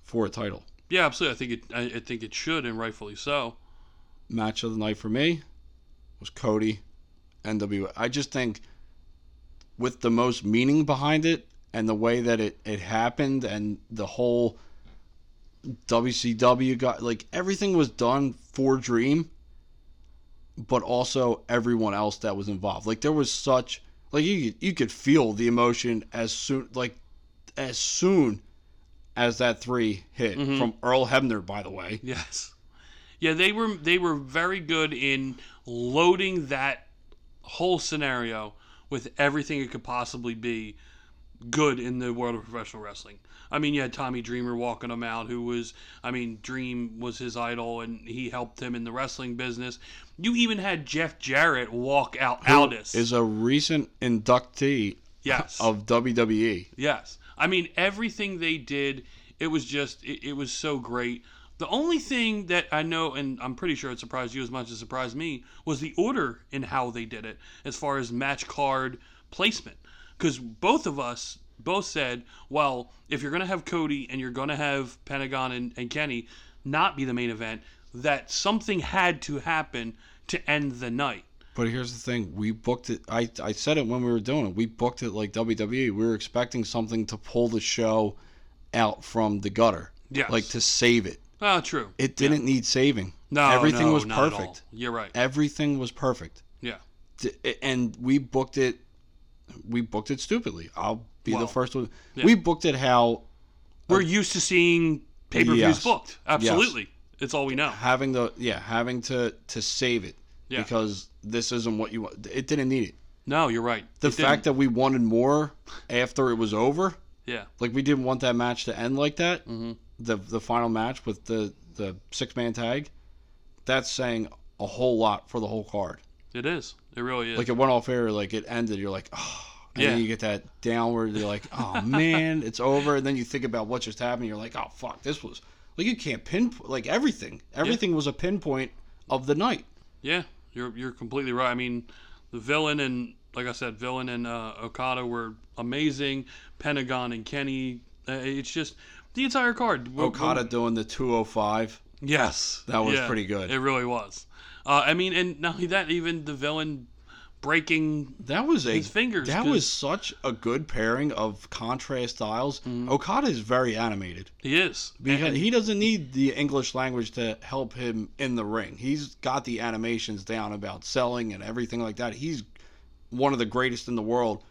Speaker 8: for a title.
Speaker 7: Yeah, absolutely. I think it. I, I think it should, and rightfully so.
Speaker 8: match of the night for me was Cody, NWA. I just think with the most meaning behind it and the way that it, it happened and the whole WCW got like everything was done for Dream, but also everyone else that was involved. Like there was such like you could- you could feel the emotion as soon like as soon as that three hit from Earl Hebner, by the way.
Speaker 7: Yes. Yeah, they were they were very good in loading that whole scenario with everything it could possibly be good in the world of professional wrestling. I mean, you had Tommy Dreamer walking him out who was I mean, Dream was his idol and he helped him in the wrestling business. You even had Jeff Jarrett walk out Aldis.
Speaker 8: is a recent inductee
Speaker 7: yes.
Speaker 8: of E. WWE.
Speaker 7: Yes. I mean, everything they did, it was just, it, it was so great. The only thing that I know, and I'm pretty sure it surprised you as much as it surprised me, was the order in how they did it as far as match card placement. Because both of us both said, well, if you're going to have Cody and you're going to have Pentagon and, and Kenny not be the main event, that something had to happen to end the night.
Speaker 8: But here's the thing: we booked it. I I said it when we were doing it. We booked it like WWE. We were expecting something to pull the show out from the gutter,
Speaker 7: Yes.
Speaker 8: like to save it.
Speaker 7: Ah, true.
Speaker 8: It didn't need saving.
Speaker 7: No,
Speaker 8: everything
Speaker 7: no,
Speaker 8: was
Speaker 7: not at all.
Speaker 8: perfect. E
Speaker 7: You're right.
Speaker 8: Everything was perfect,
Speaker 7: Yeah.
Speaker 8: D- and we booked it. We booked it stupidly. I'll be
Speaker 7: Well,
Speaker 8: the first one. We booked it how
Speaker 7: we're used to seeing pay per views
Speaker 8: Yes.
Speaker 7: booked. Absolutely, it's all we know.
Speaker 8: having the yeah having to to save it
Speaker 7: Yeah.
Speaker 8: because this isn't what you want. It didn't need it.
Speaker 7: No, you're right.
Speaker 8: the fact that we wanted more after it was over
Speaker 7: yeah,
Speaker 8: like we didn't want that match to end like that mm-hmm. the the final match with the the six man tag, that's saying a whole lot for the whole card.
Speaker 7: It is. It really is.
Speaker 8: Like it went off air, like it ended. You're like, oh, and
Speaker 7: Yeah.
Speaker 8: then you get that downward. You're like, oh man, it's over. And then you think about what just happened. You're like, oh fuck, this was like you can't pinpoint like everything. Everything was a pinpoint of the night.
Speaker 7: Yeah, you're you're completely right. I mean, the villain and like I said, villain and uh, Okada were amazing. Pentagon and Kenny. Uh, it's just the entire card. We're-
Speaker 8: Okada doing the 205.
Speaker 7: Yes,
Speaker 8: That was pretty good.
Speaker 7: It really was. Uh, I mean, and not only that, even the villain breaking.
Speaker 8: That was a
Speaker 7: His fingers,
Speaker 8: That
Speaker 7: 'cause-
Speaker 8: was such a good pairing of contrast styles.
Speaker 7: Mm-hmm.
Speaker 8: Okada is very animated.
Speaker 7: He is.
Speaker 8: Because he doesn't need the English language to help him in the ring. He's got the animations down about selling and everything like that. He's one of the greatest in the world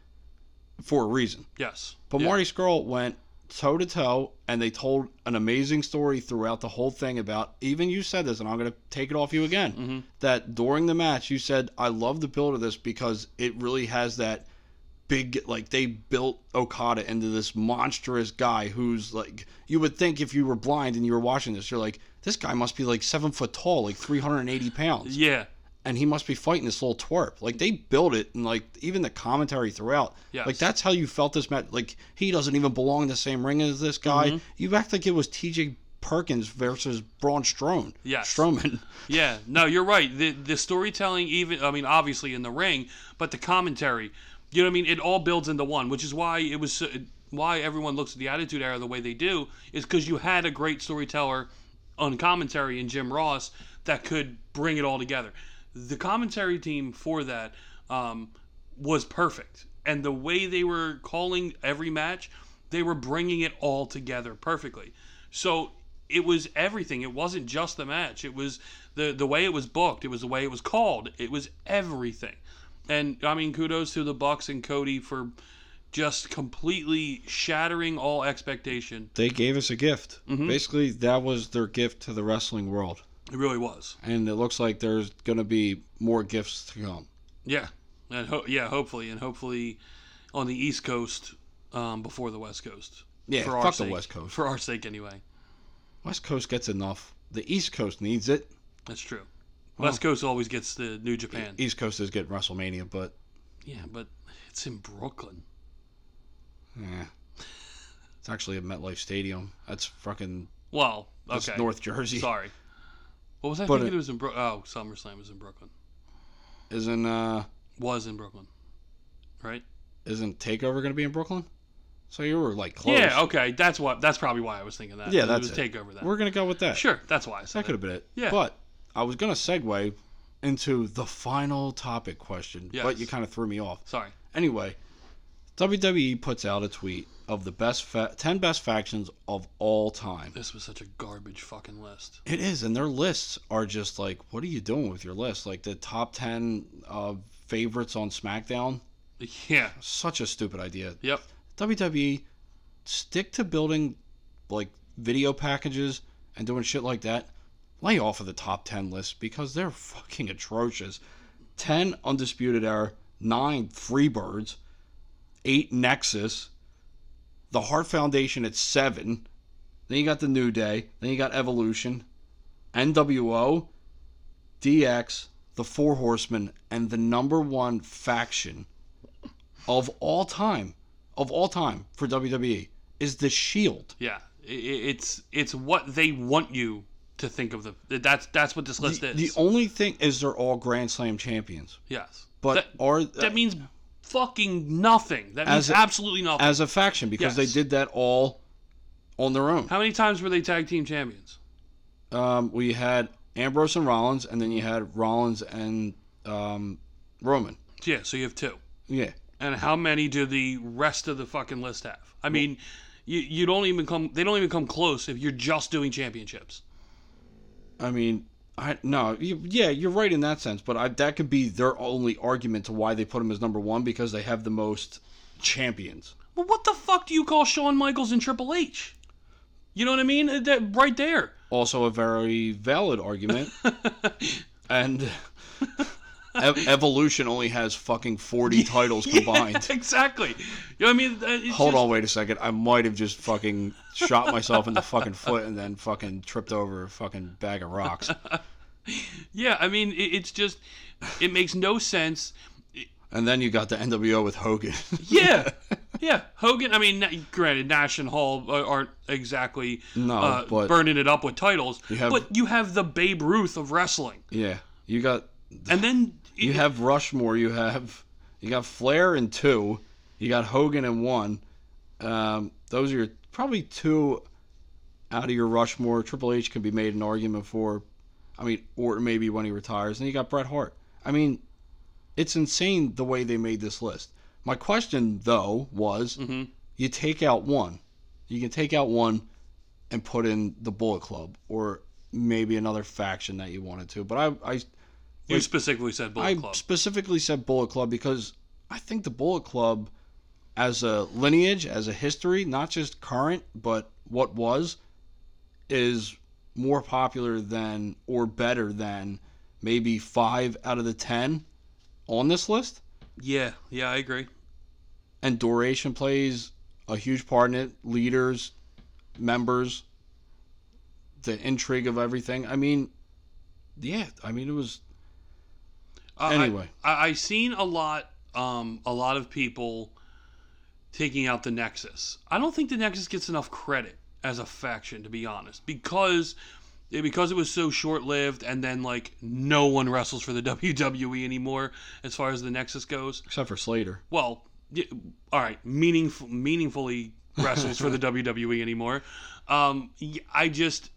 Speaker 8: for a reason.
Speaker 7: Yes.
Speaker 8: But
Speaker 7: Yeah.
Speaker 8: Marty Skrull went toe to toe, and they told an amazing story throughout the whole thing about. Even you said this, and I'm going to take it off you again. That during the match, you said, "I love the build of this because it really has that big like they built Okada into this monstrous guy who's like you would think if you were blind and you were watching this, you're like, this guy must be like seven foot tall, like 380 pounds."
Speaker 7: Yeah.
Speaker 8: and he must be fighting this little twerp. Like they build it, and like even the commentary throughout.
Speaker 7: Yes.
Speaker 8: Like that's how you felt this match. Like he doesn't even belong in the same ring as this guy.
Speaker 7: Mm-hmm.
Speaker 8: You act like it was T.J. Perkins versus Braun Strowman.
Speaker 7: Yes. *laughs*
Speaker 8: Strowman.
Speaker 7: Yeah, no, you're right. The the storytelling, even I mean, obviously in the ring, but the commentary, you know what I mean. It all builds into one, which is why it was so, why everyone looks at the Attitude Era the way they do is because you had a great storyteller on commentary in Jim Ross that could bring it all together. The commentary team for that um, was perfect, and the way they were calling every match, they were bringing it all together perfectly. So it was everything. It wasn't just the match. It was the the way it was booked. It was the way it was called. It was everything. And I mean, kudos to the Bucks and Cody for just completely shattering all expectation.
Speaker 8: They gave us a gift.
Speaker 7: Mm-hmm.
Speaker 8: Basically, that was their gift to the wrestling world,
Speaker 7: It really was.
Speaker 8: and it looks like there's gonna be more gifts to come.
Speaker 7: Yeah, and ho- yeah, hopefully, and hopefully on the East Coast um, before the West Coast.
Speaker 8: Yeah,
Speaker 7: for our
Speaker 8: fuck the
Speaker 7: sake.
Speaker 8: West Coast.
Speaker 7: For our sake, anyway.
Speaker 8: West Coast gets enough. The East Coast needs it.
Speaker 7: That's true. West Coast always gets the New Japan.
Speaker 8: East Coast is getting WrestleMania, but
Speaker 7: Yeah, but it's in Brooklyn.
Speaker 8: yeah, it's actually at MetLife Stadium. That's fucking
Speaker 7: Well,
Speaker 8: That's
Speaker 7: okay.
Speaker 8: North Jersey.
Speaker 7: Sorry. What was I
Speaker 8: But
Speaker 7: thinking?
Speaker 8: it-
Speaker 7: It was in Bro- oh SummerSlam was in Brooklyn.
Speaker 8: Isn't uh
Speaker 7: Was in Brooklyn, right?
Speaker 8: isn't Takeover gonna be in Brooklyn? So you were like close.
Speaker 7: Yeah. Okay. That's what. That's probably why I was thinking that.
Speaker 8: Yeah,
Speaker 7: It
Speaker 8: that's
Speaker 7: was
Speaker 8: it.
Speaker 7: takeover. That.
Speaker 8: We're gonna go with that.
Speaker 7: sure. That's why. I said
Speaker 8: That could have been it.
Speaker 7: Yeah.
Speaker 8: But I was gonna segue into the final topic question,
Speaker 7: Yes.
Speaker 8: but you kind of threw me off.
Speaker 7: Sorry.
Speaker 8: Anyway, WWE puts out a tweet of the best fa- ten best factions of all time.
Speaker 7: This was such a garbage fucking list. *laughs*
Speaker 8: It is, and their lists are just like, what are you doing with your list? Like the top ten uh, favorites on SmackDown.
Speaker 7: Yeah.
Speaker 8: Such a stupid idea.
Speaker 7: Yep.
Speaker 8: WWE E stick to building like video packages and doing shit like that. Lay off of the top 10 lists because they're fucking atrocious. 10 Undisputed Era, 9 Freebirds, 8 Nexus, the Heart Foundation at 7. Then you got the New Day, then you got Evolution, NWO, DX, the Four Horsemen, and the number one faction of all time of all time for WWE is the Shield.
Speaker 7: Yeah. I- I- It's it's what they want you to think of the. That's that's what this list
Speaker 8: The,
Speaker 7: is.
Speaker 8: the only thing is they're all Grand Slam champions,
Speaker 7: yes.
Speaker 8: but
Speaker 7: that,
Speaker 8: are uh,
Speaker 7: that means fucking nothing. That
Speaker 8: As
Speaker 7: means
Speaker 8: a-
Speaker 7: absolutely nothing.
Speaker 8: as a faction because
Speaker 7: Yes.
Speaker 8: they did that all on their own.
Speaker 7: How many times were they tag team champions?
Speaker 8: Um, we had Ambrose and Rollins, and then you had Rollins and um, Roman.
Speaker 7: Yeah. So you have two.
Speaker 8: Yeah,
Speaker 7: and how many do the rest of the fucking list have? I mean, you you don't even come they don't even come close if you're just doing championships.
Speaker 8: I mean, I no, you, yeah, you're right in that sense, but I, that could be their only argument to why they put him as number one because they have the most champions.
Speaker 7: Well, what the fuck do you call Shawn Michaels and Triple H? You know what I mean? Uh, That right there. *laughs*
Speaker 8: also a very valid argument. and *laughs* Ev- Evolution only has fucking 40 titles combined.
Speaker 7: exactly. You know what I mean? Uh, it's
Speaker 8: Hold
Speaker 7: just-
Speaker 8: on, wait a second. I might have just fucking shot myself in the fucking foot and then fucking tripped over a fucking bag of rocks.
Speaker 7: Yeah, I mean, it, it's just, it makes no sense.
Speaker 8: And then you got the NWO with Hogan. *laughs*
Speaker 7: Yeah, yeah. Hogan. I mean, na- granted, Nash and Hall uh, aren't exactly
Speaker 8: No,
Speaker 7: uh,
Speaker 8: but-
Speaker 7: burning it up with titles,
Speaker 8: have-
Speaker 7: but you have the Babe Ruth of wrestling,
Speaker 8: yeah, you got
Speaker 7: and then
Speaker 8: you have Rushmore. You have you got Flair in two. You got Hogan in one. Um, those are your, probably two out of your Rushmore. Triple H can be made an argument for. I mean, Orton maybe when he retires, and you got Bret Hart. I mean, it's insane the way they made this list. My question though was, you take out one, you can take out one, and put in the Bullet Club or maybe another faction that you wanted to. But I, I
Speaker 7: you specifically said Bullet
Speaker 8: I
Speaker 7: Club.
Speaker 8: specifically said Bullet Club because I think the Bullet Club, as a lineage, as a history, not just current, but what was, is more popular than or better than maybe five out of the ten on this list.
Speaker 7: Yeah, yeah, I agree.
Speaker 8: And duration plays a huge part in it. Leaders, members, the intrigue of everything. I mean, yeah, I mean, it was.
Speaker 7: Uh,
Speaker 8: Anyway.
Speaker 7: I, I, I seen a lot, um, a lot of people taking out the Nexus. I don't think the Nexus gets enough credit as a faction, to be honest, because yeah, because it was so short lived, and then like no one wrestles for the *laughs* WWE anymore as far as the Nexus goes.
Speaker 8: Except for Slater.
Speaker 7: Well, y- all right, meaningful, meaningfully wrestles
Speaker 8: *laughs*
Speaker 7: for the WWE anymore. Um, y- I just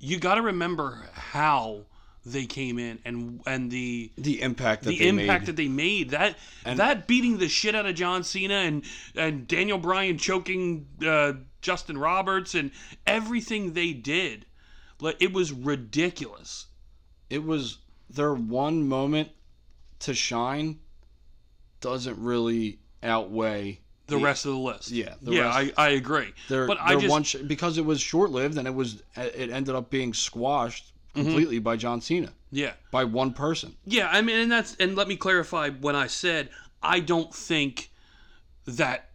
Speaker 7: you got to remember how they came in and and the
Speaker 8: The impact that
Speaker 7: the
Speaker 8: they
Speaker 7: impact
Speaker 8: made.
Speaker 7: that they made that that beating the shit out of John Cena and and Daniel Bryan choking uh, Justin Roberts and everything they did like it was ridiculous
Speaker 8: it was their one moment to shine doesn't really outweigh
Speaker 7: the rest of the list
Speaker 8: yeah, the
Speaker 7: yeah
Speaker 8: rest-
Speaker 7: I, I agree
Speaker 8: their,
Speaker 7: but I
Speaker 8: their
Speaker 7: just
Speaker 8: one sh- because it was short lived and it was it ended up being squashed
Speaker 7: Mm-hmm.
Speaker 8: completely by John Cena
Speaker 7: yeah
Speaker 8: by one person.
Speaker 7: yeah I mean and that's and let me clarify when I said I don't think that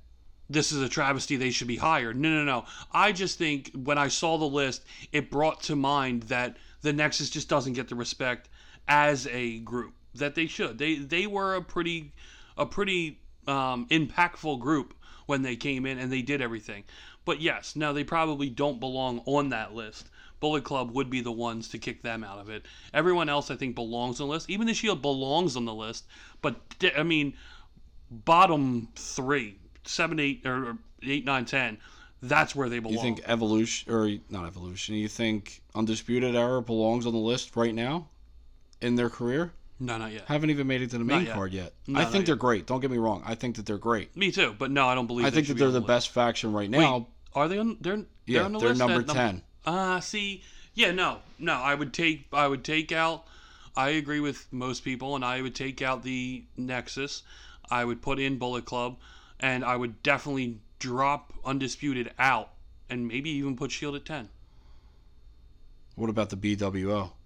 Speaker 7: this is a travesty they should be hired no no no I just think when I saw the list it brought to mind that the Nexus just doesn't get the respect as a group that they should they they were a pretty a pretty um, impactful group when they came in and they did everything but yes no they probably don't belong on that list Bullet Club would be the ones to kick them out of it. Everyone else, I think, belongs on the list. Even the Shield belongs on the list, but d- I mean, bottom three, seven, eight, or or eight, nine, ten. That's where they belong.
Speaker 8: You think evolution or not evolution? You think Undisputed Era belongs on the list right now in their career?
Speaker 7: no, not yet.
Speaker 8: Haven't even made it to the main
Speaker 7: yet.
Speaker 8: card yet. I think they're great. Don't get me wrong. I think that they're great.
Speaker 7: Me too, but no, I don't believe.
Speaker 8: I
Speaker 7: they
Speaker 8: think
Speaker 7: should
Speaker 8: that they're
Speaker 7: be
Speaker 8: the
Speaker 7: on the list.
Speaker 8: best faction right now.
Speaker 7: Are they on? They're
Speaker 8: yeah,
Speaker 7: they're on the
Speaker 8: they're
Speaker 7: list
Speaker 8: number
Speaker 7: at num-
Speaker 8: ten.
Speaker 7: Ah, see, yeah, no, no. I would take I would take out. I agree with most people, and I would take out the Nexus. I would put in Bullet Club, and I would definitely drop Undisputed out, and maybe even put Shield at ten.
Speaker 8: What about the BWO? *laughs*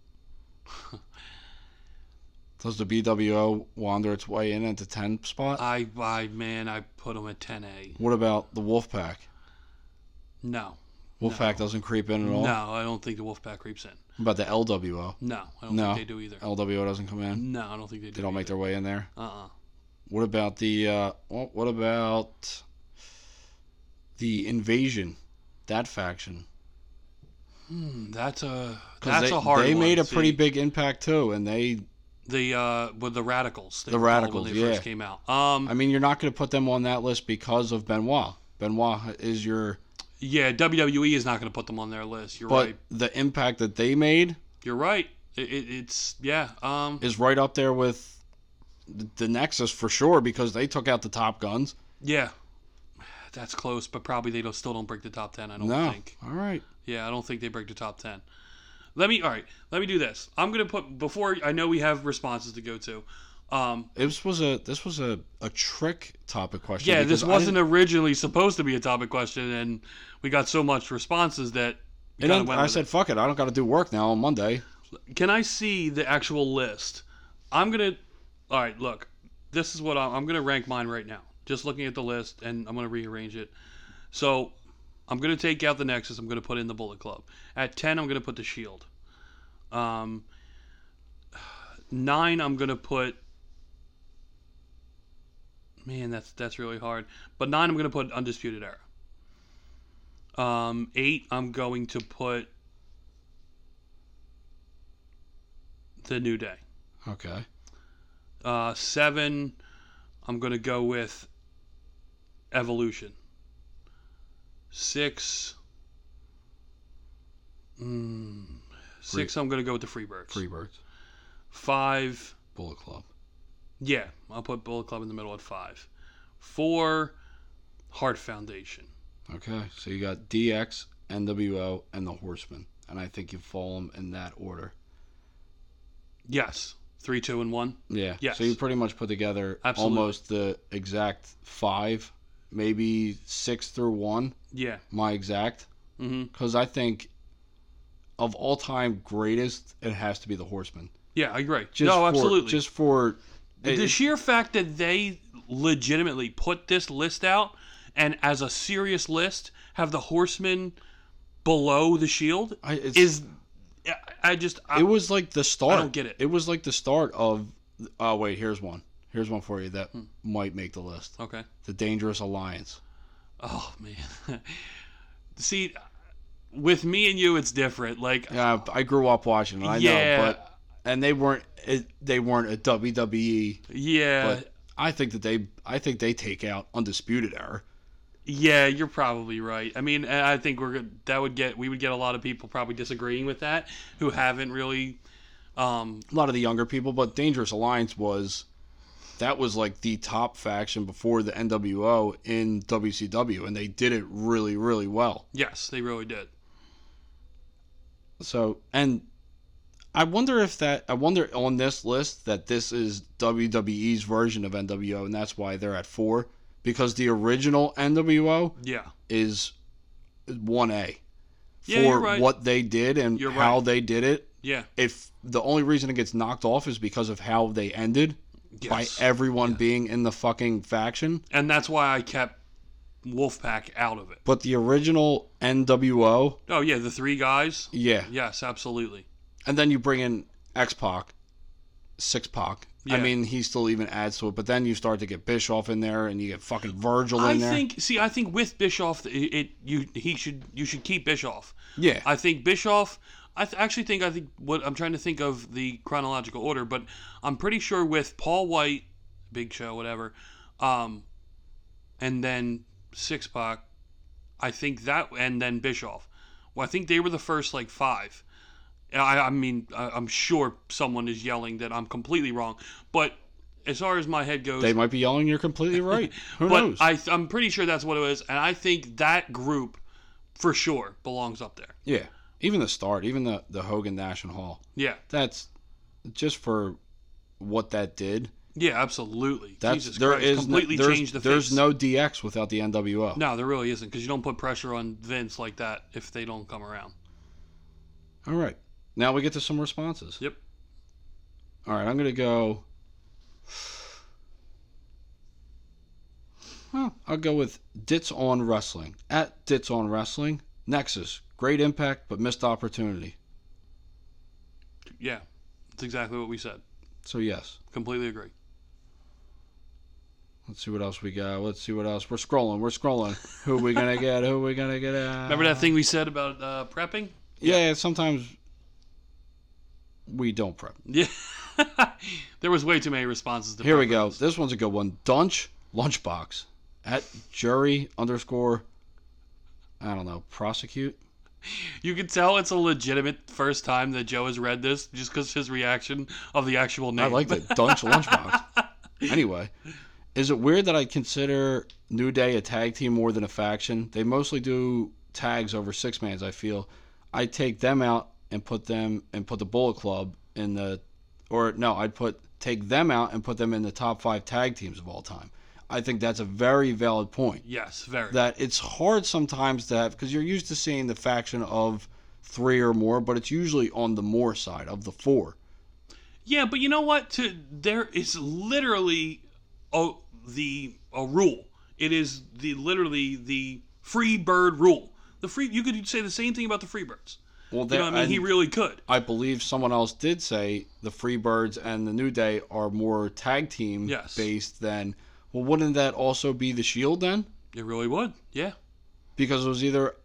Speaker 8: Does the BWO wander its way in at the 10 spot?
Speaker 7: I I man, I put them at ten A.
Speaker 8: what about the Wolfpack?
Speaker 7: No,
Speaker 8: Wolfpack doesn't creep in at all.
Speaker 7: no, I don't think the Wolfpack creeps in.
Speaker 8: What about the LWO?
Speaker 7: No, I don't
Speaker 8: No.
Speaker 7: think they do either.
Speaker 8: LWO doesn't come in.
Speaker 7: No, I don't think they do.
Speaker 8: They don't make their way in there.
Speaker 7: Uh uh
Speaker 8: What about the uh what what about the invasion? That faction.
Speaker 7: Mm, That's a
Speaker 8: 'Cause
Speaker 7: that's
Speaker 8: they,
Speaker 7: a hard.
Speaker 8: They
Speaker 7: one,
Speaker 8: made a
Speaker 7: see.
Speaker 8: pretty big impact too and they
Speaker 7: the uh with the radicals. They
Speaker 8: The
Speaker 7: were called
Speaker 8: Radicals,
Speaker 7: when they
Speaker 8: yeah.
Speaker 7: first came out. Um,
Speaker 8: I mean you're not going to put them on that list because of Benoit. Benoit is your
Speaker 7: yeah, WWE is not going to put them on their list. You're
Speaker 8: but
Speaker 7: right.
Speaker 8: the impact that they made
Speaker 7: You're right. It, it, it's yeah. Um,
Speaker 8: is right up there with the, the Nexus for sure because they took out the top guns.
Speaker 7: yeah. That's close, but probably they don't, still don't break the top ten. I don't
Speaker 8: No,
Speaker 7: think.
Speaker 8: all right.
Speaker 7: Yeah, I don't think they break the top ten. Let me all right. Let me do this. I'm gonna put before I know we have responses to go to. Um,
Speaker 8: This was a this was a, a trick topic question.
Speaker 7: yeah,
Speaker 8: because
Speaker 7: this
Speaker 8: I
Speaker 7: wasn't
Speaker 8: didn't-
Speaker 7: originally supposed to be a topic question, and we got so much responses that we
Speaker 8: and
Speaker 7: kinda
Speaker 8: then
Speaker 7: went
Speaker 8: I
Speaker 7: with it.
Speaker 8: said, "Fuck it, I don't got to do work now on Monday."
Speaker 7: Can I see the actual list? I'm gonna. All right, look. This is what I'm, I'm gonna rank mine right now. Just looking at the list, and I'm gonna rearrange it. So, I'm gonna take out the Nexus. I'm gonna put in the Bullet Club. At ten, I'm gonna put the Shield. Um, nine, I'm gonna put. Man, that's that's really hard. But nine, I'm gonna put Undisputed Era. Um, eight, I'm going to put the New Day.
Speaker 8: Okay.
Speaker 7: Uh, seven, I'm going to go with Evolution. Six, mm, six, I'm going to go with the Freebirds.
Speaker 8: Freebirds.
Speaker 7: Five,
Speaker 8: Bullet Club.
Speaker 7: yeah, I'll put Bullet Club in the middle at five. Four, Heart Foundation.
Speaker 8: Okay. So you got DX, NWO, and the Horsemen. And I think you fall them in that order.
Speaker 7: Yes, three, two, and one.
Speaker 8: Yeah.
Speaker 7: Yes.
Speaker 8: So you pretty much put together
Speaker 7: Absolutely.
Speaker 8: almost the exact five, maybe six through one,
Speaker 7: Yeah.
Speaker 8: my exact.
Speaker 7: hmm
Speaker 8: Because I think of all time greatest, it has to be the Horsemen.
Speaker 7: Yeah, I agree.
Speaker 8: Just
Speaker 7: no,
Speaker 8: for,
Speaker 7: absolutely.
Speaker 8: Just for. it-
Speaker 7: the sheer fact that they legitimately put this list out and as a serious list have the horsemen below the shield
Speaker 8: I- it's-
Speaker 7: is I- i just I,
Speaker 8: it was like the start.
Speaker 7: I don't get it.
Speaker 8: It was like the start of. Oh wait, here's one. Here's one for you that
Speaker 7: Hmm.
Speaker 8: might make the list.
Speaker 7: okay
Speaker 8: The Dangerous Alliance.
Speaker 7: oh man *laughs* see with me and you it's different like
Speaker 8: Yeah, I I grew up watching it. I
Speaker 7: Yeah.
Speaker 8: know, but and they weren't it, they weren't a WWE.
Speaker 7: yeah
Speaker 8: But I think that they I think they take out Undisputed Era.
Speaker 7: yeah you're probably right i mean and i think we're good that would get we would get a lot of people probably disagreeing with that who haven't really um
Speaker 8: A lot of the younger people, but Dangerous Alliance was that was like the top faction before the NWO in WCW, and they did it really really well.
Speaker 7: yes they really did
Speaker 8: So, and I wonder if that I wonder on this list that this is WWE's version of NWO, and that's why they're at four because the original NWO
Speaker 7: yeah
Speaker 8: is one A for
Speaker 7: Yeah, you're right.
Speaker 8: what they did and
Speaker 7: You're
Speaker 8: how
Speaker 7: right.
Speaker 8: they did it.
Speaker 7: yeah
Speaker 8: If the only reason it gets knocked off is because of how they ended
Speaker 7: Yes.
Speaker 8: by everyone being in the fucking faction,
Speaker 7: and that's why I kept Wolfpack out of it.
Speaker 8: but the original NWO,
Speaker 7: Oh yeah, the three guys.
Speaker 8: yeah,
Speaker 7: Yes, absolutely.
Speaker 8: And then you bring in X Pac, Six Pac. I
Speaker 7: Yeah.
Speaker 8: mean, he still even adds to it, but then you start to get Bischoff in there, and you get fucking Virgil
Speaker 7: I
Speaker 8: in there.
Speaker 7: think. See, I think with Bischoff, it, it you he should you should keep Bischoff.
Speaker 8: yeah,
Speaker 7: I think Bischoff. I th- actually think I think what I'm trying to think of the chronological order, but I'm pretty sure with Paul White, Big Show, whatever, um, and then Six Pac. I think that and then Bischoff. Well, I think they were the first like five. I, I mean, I, I'm sure someone is yelling that I'm completely wrong, but as far as my head goes,
Speaker 8: they might be yelling.
Speaker 7: *laughs*
Speaker 8: You're completely right. Who
Speaker 7: but
Speaker 8: knows?
Speaker 7: I, I'm pretty sure that's what it was, and I think that group for sure belongs up there.
Speaker 8: yeah, even the start, even the the Hogan Nash and Hall.
Speaker 7: Yeah,
Speaker 8: That's just for what that did.
Speaker 7: yeah, absolutely.
Speaker 8: That's
Speaker 7: Jesus
Speaker 8: there
Speaker 7: Christ,
Speaker 8: is
Speaker 7: completely
Speaker 8: there's,
Speaker 7: changed the
Speaker 8: there's
Speaker 7: face.
Speaker 8: no DX without the NWO.
Speaker 7: no, there really isn't because you don't put pressure on Vince like that if they don't come around.
Speaker 8: All right, now we get to some responses.
Speaker 7: Yep.
Speaker 8: All right, I'm gonna go. Well, I'll go with Dits on Wrestling at Dits on Wrestling Nexus. Great impact, but missed opportunity.
Speaker 7: Yeah, that's exactly what we said.
Speaker 8: So yes,
Speaker 7: Completely agree.
Speaker 8: let's see what else we got. Let's see what else. We're scrolling. We're scrolling. Who we gonna get? Who we gonna get? At?
Speaker 7: Remember that thing we said about uh, prepping?
Speaker 8: Yeah, sometimes we don't prep.
Speaker 7: Yeah. there was way too many responses to
Speaker 8: Here we go. This one's a good one. Dunch Lunchbox at Jury underscore. I don't know. Prosecute.
Speaker 7: You can tell it's a legitimate first time that Joe has read this just because his reaction of the actual name.
Speaker 8: I like that Dunch *laughs* Lunchbox. Anyway, is it weird that I consider New Day a tag team more than a faction? They mostly do tags over six mans. I feel I take them out and put them and put the Bullet Club in the, or no, I'd put take them out and put them in the top five tag teams of all time. I think that's a very valid point.
Speaker 7: Yes, very.
Speaker 8: That it's hard sometimes to have because you're used to seeing the faction of three or more, but it's usually on the more side of the four.
Speaker 7: Yeah, but you know what? To there is literally a the a rule. It is the literally the free bird rule. The free you could say the same thing about the free birds.
Speaker 8: Well,
Speaker 7: You
Speaker 8: there,
Speaker 7: know what I mean? He
Speaker 8: and
Speaker 7: really could.
Speaker 8: I believe someone else did say the Freebirds and the New Day are more tag team
Speaker 7: Yes.
Speaker 8: based than. Well, wouldn't that also be the Shield then?
Speaker 7: It really would. Yeah.
Speaker 8: Because it was either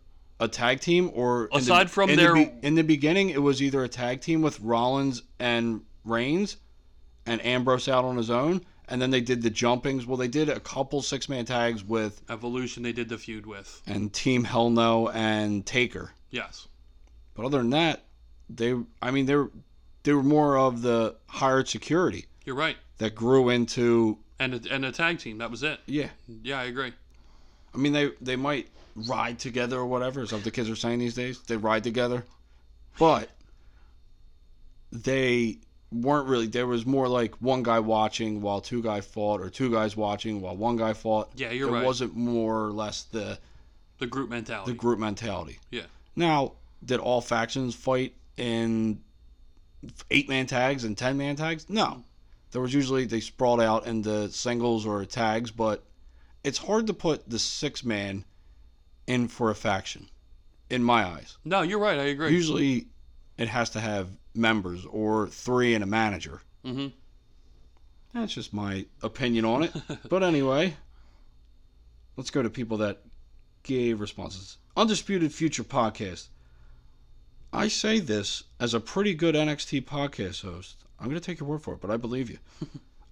Speaker 8: a tag team or in the-
Speaker 7: Aside from
Speaker 8: in
Speaker 7: their-
Speaker 8: the be- in the beginning, it was either a tag team with Rollins and Reigns, and Ambrose out on his own, and then they did the jumpings. Well, they did a couple six man tags with
Speaker 7: Evolution they did the feud with.
Speaker 8: and Team Hell No and Taker.
Speaker 7: Yes.
Speaker 8: But other than that, they I mean they were they were more of the hired security
Speaker 7: You're right.
Speaker 8: that grew into
Speaker 7: And a, and a tag team, that was it.
Speaker 8: yeah.
Speaker 7: Yeah, I agree.
Speaker 8: I mean they they might ride together or whatever, is that what the kids are saying these days. They ride together. But they weren't really there was more like one guy watching while two guy fought or two guys watching while one guy fought.
Speaker 7: Yeah, you're
Speaker 8: there
Speaker 7: right.
Speaker 8: wasn't more or less the
Speaker 7: The group mentality.
Speaker 8: the group mentality.
Speaker 7: yeah.
Speaker 8: Now, did all factions fight in eight man tags and ten man tags? No. There was usually they sprawled out into singles or tags, but it's hard to put the six man in for a faction, in my eyes.
Speaker 7: No, you're right. I agree.
Speaker 8: Usually it has to have members or three and a manager. Mm-hmm. That's just my opinion
Speaker 7: *laughs*
Speaker 8: on it. but anyway, let's go to people that gave responses. Undisputed Future Podcast. I say this as a pretty good NXT podcast host. I'm going to take your word for it, but I believe
Speaker 7: *laughs*
Speaker 8: you.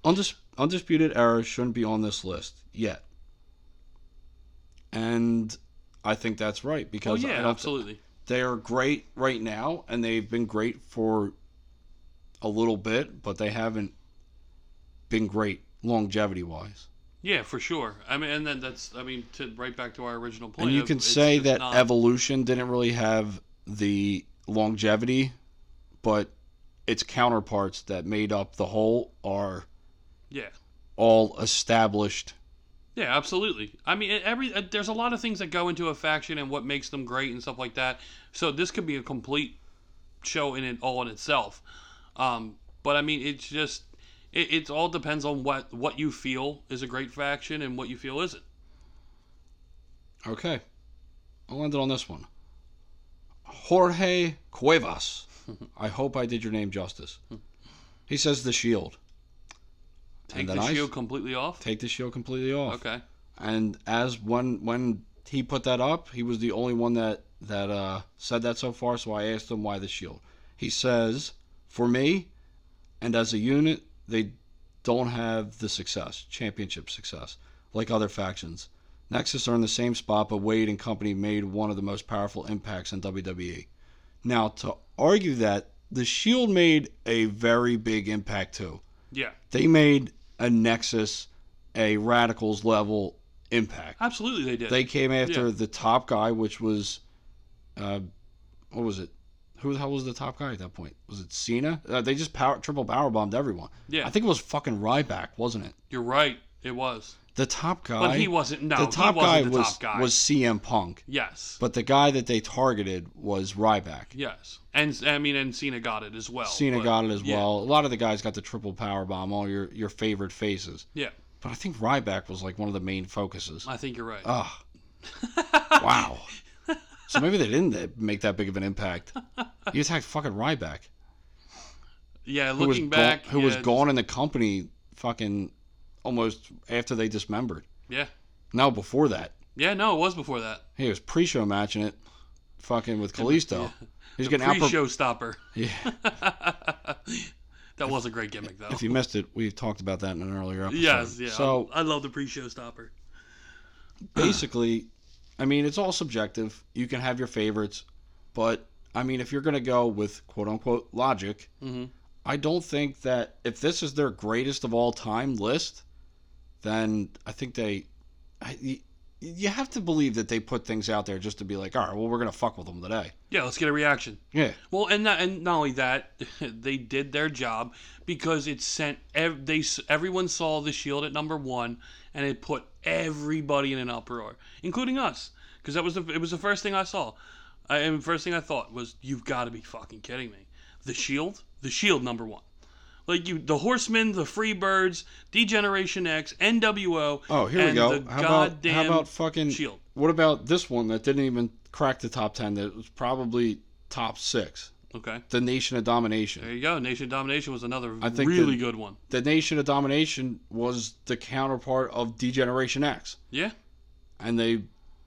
Speaker 8: Undis- Undisputed Era shouldn't be on this list yet. And I think that's right
Speaker 7: oh,
Speaker 8: because I
Speaker 7: yeah,
Speaker 8: don't thi-
Speaker 7: absolutely.
Speaker 8: they are great right now and they've been great for a little bit but they haven't been great longevity wise
Speaker 7: Yeah, for sure. I mean, and then that's, I mean, to right back to our original point.
Speaker 8: and you
Speaker 7: of
Speaker 8: can
Speaker 7: it's
Speaker 8: say
Speaker 7: just
Speaker 8: that
Speaker 7: not-
Speaker 8: evolution didn't really have the longevity but its counterparts that made up the whole are
Speaker 7: Yeah.
Speaker 8: all established
Speaker 7: Yeah, absolutely. I mean, it- every uh, there's a lot of things that go into a faction and what makes them great and stuff like that. So this could be a complete show in it all in itself. Um, but I mean, it's just it, it all depends on what what you feel is a great faction and what you feel isn't.
Speaker 8: Okay. I'll end it on this one. Jorge
Speaker 7: *laughs*
Speaker 8: Cuevas. I hope I did your name justice. He says the shield.
Speaker 7: Take
Speaker 8: And then
Speaker 7: the
Speaker 8: I-
Speaker 7: shield completely off.
Speaker 8: Take the shield completely off.
Speaker 7: Okay.
Speaker 8: And as when when he put that up, he was the only one that that uh, said that so far. So I asked him why the shield. He says, for me, and as a unit, they don't have the success, championship success, like other factions. Nexus are in the same spot, but Wade and company made one of the most powerful impacts in WWE. Now to argue that the Shield made a very big impact too
Speaker 7: Yeah.
Speaker 8: they made a Nexus a Radicals level impact.
Speaker 7: Absolutely, they did.
Speaker 8: They came after
Speaker 7: Yeah.
Speaker 8: the top guy, which was, uh, what was it? Who the hell was the top guy at that point? Was it Cena? Uh, they just power triple power bombed everyone.
Speaker 7: Yeah.
Speaker 8: I think it was fucking Ryback, wasn't it?
Speaker 7: You're right. It was.
Speaker 8: The top guy.
Speaker 7: But he wasn't. No,
Speaker 8: the top
Speaker 7: he wasn't
Speaker 8: guy
Speaker 7: the
Speaker 8: was
Speaker 7: top guy.
Speaker 8: was CM Punk,
Speaker 7: yes.
Speaker 8: but the guy that they targeted was Ryback.
Speaker 7: yes. And I mean, and Cena got it as well.
Speaker 8: Cena
Speaker 7: but-
Speaker 8: got it as
Speaker 7: yeah.
Speaker 8: well. A lot of the guys got the triple power bomb. All your your favorite faces,
Speaker 7: Yeah.
Speaker 8: but I think Ryback was like one of the main focuses.
Speaker 7: I think you're right. *laughs*
Speaker 8: Ah. wow. So maybe they didn't th- make that big of an impact. He attacked fucking Ryback,
Speaker 7: yeah.
Speaker 8: who was
Speaker 7: Looking
Speaker 8: go-
Speaker 7: back,
Speaker 8: who was
Speaker 7: yeah,
Speaker 8: gone in the company, fucking almost after they dismembered.
Speaker 7: Yeah.
Speaker 8: No, before that,
Speaker 7: Yeah, no, it was before that.
Speaker 8: he was pre-show matching it, fucking with Kalisto. He's
Speaker 7: The
Speaker 8: getting out.
Speaker 7: pre-show stopper.
Speaker 8: Yeah.
Speaker 7: *laughs* That was a great gimmick, though.
Speaker 8: If you missed it, we talked about that in an earlier episode.
Speaker 7: Yes, yeah.
Speaker 8: So
Speaker 7: I love the pre-show stopper.
Speaker 8: basically, I mean, it's all subjective. You can have your favorites, but I mean, if you're going to go with quote unquote logic,
Speaker 7: Mm-hmm.
Speaker 8: I don't think that if this is their greatest of all time list, then I think they. I, y- you have to believe that they put things out there just to be like, all right, well, we're going to fuck with them today.
Speaker 7: Yeah, let's get a reaction.
Speaker 8: Yeah.
Speaker 7: Well, and not, and not only that, *laughs* they did their job because it sent ev- they s- everyone saw the shield at number one, and it put everybody in an uproar, including us, because that was the it was the first thing I saw, I, and the first thing I thought was, "You've got to be fucking kidding me!" The shield, the shield number one. Like you, the Horsemen, the Freebirds, Degeneration X, NWO.
Speaker 8: Oh, here
Speaker 7: and
Speaker 8: we go.
Speaker 7: The
Speaker 8: How about
Speaker 7: goddamn
Speaker 8: how about fucking
Speaker 7: Shield?
Speaker 8: What about this one that didn't even crack the top ten? That was probably top six.
Speaker 7: Okay,
Speaker 8: The Nation of Domination.
Speaker 7: there you go. Nation of Domination was another
Speaker 8: I think
Speaker 7: really
Speaker 8: the-
Speaker 7: good one.
Speaker 8: The Nation of Domination was the counterpart of Degeneration X,
Speaker 7: Yeah.
Speaker 8: and they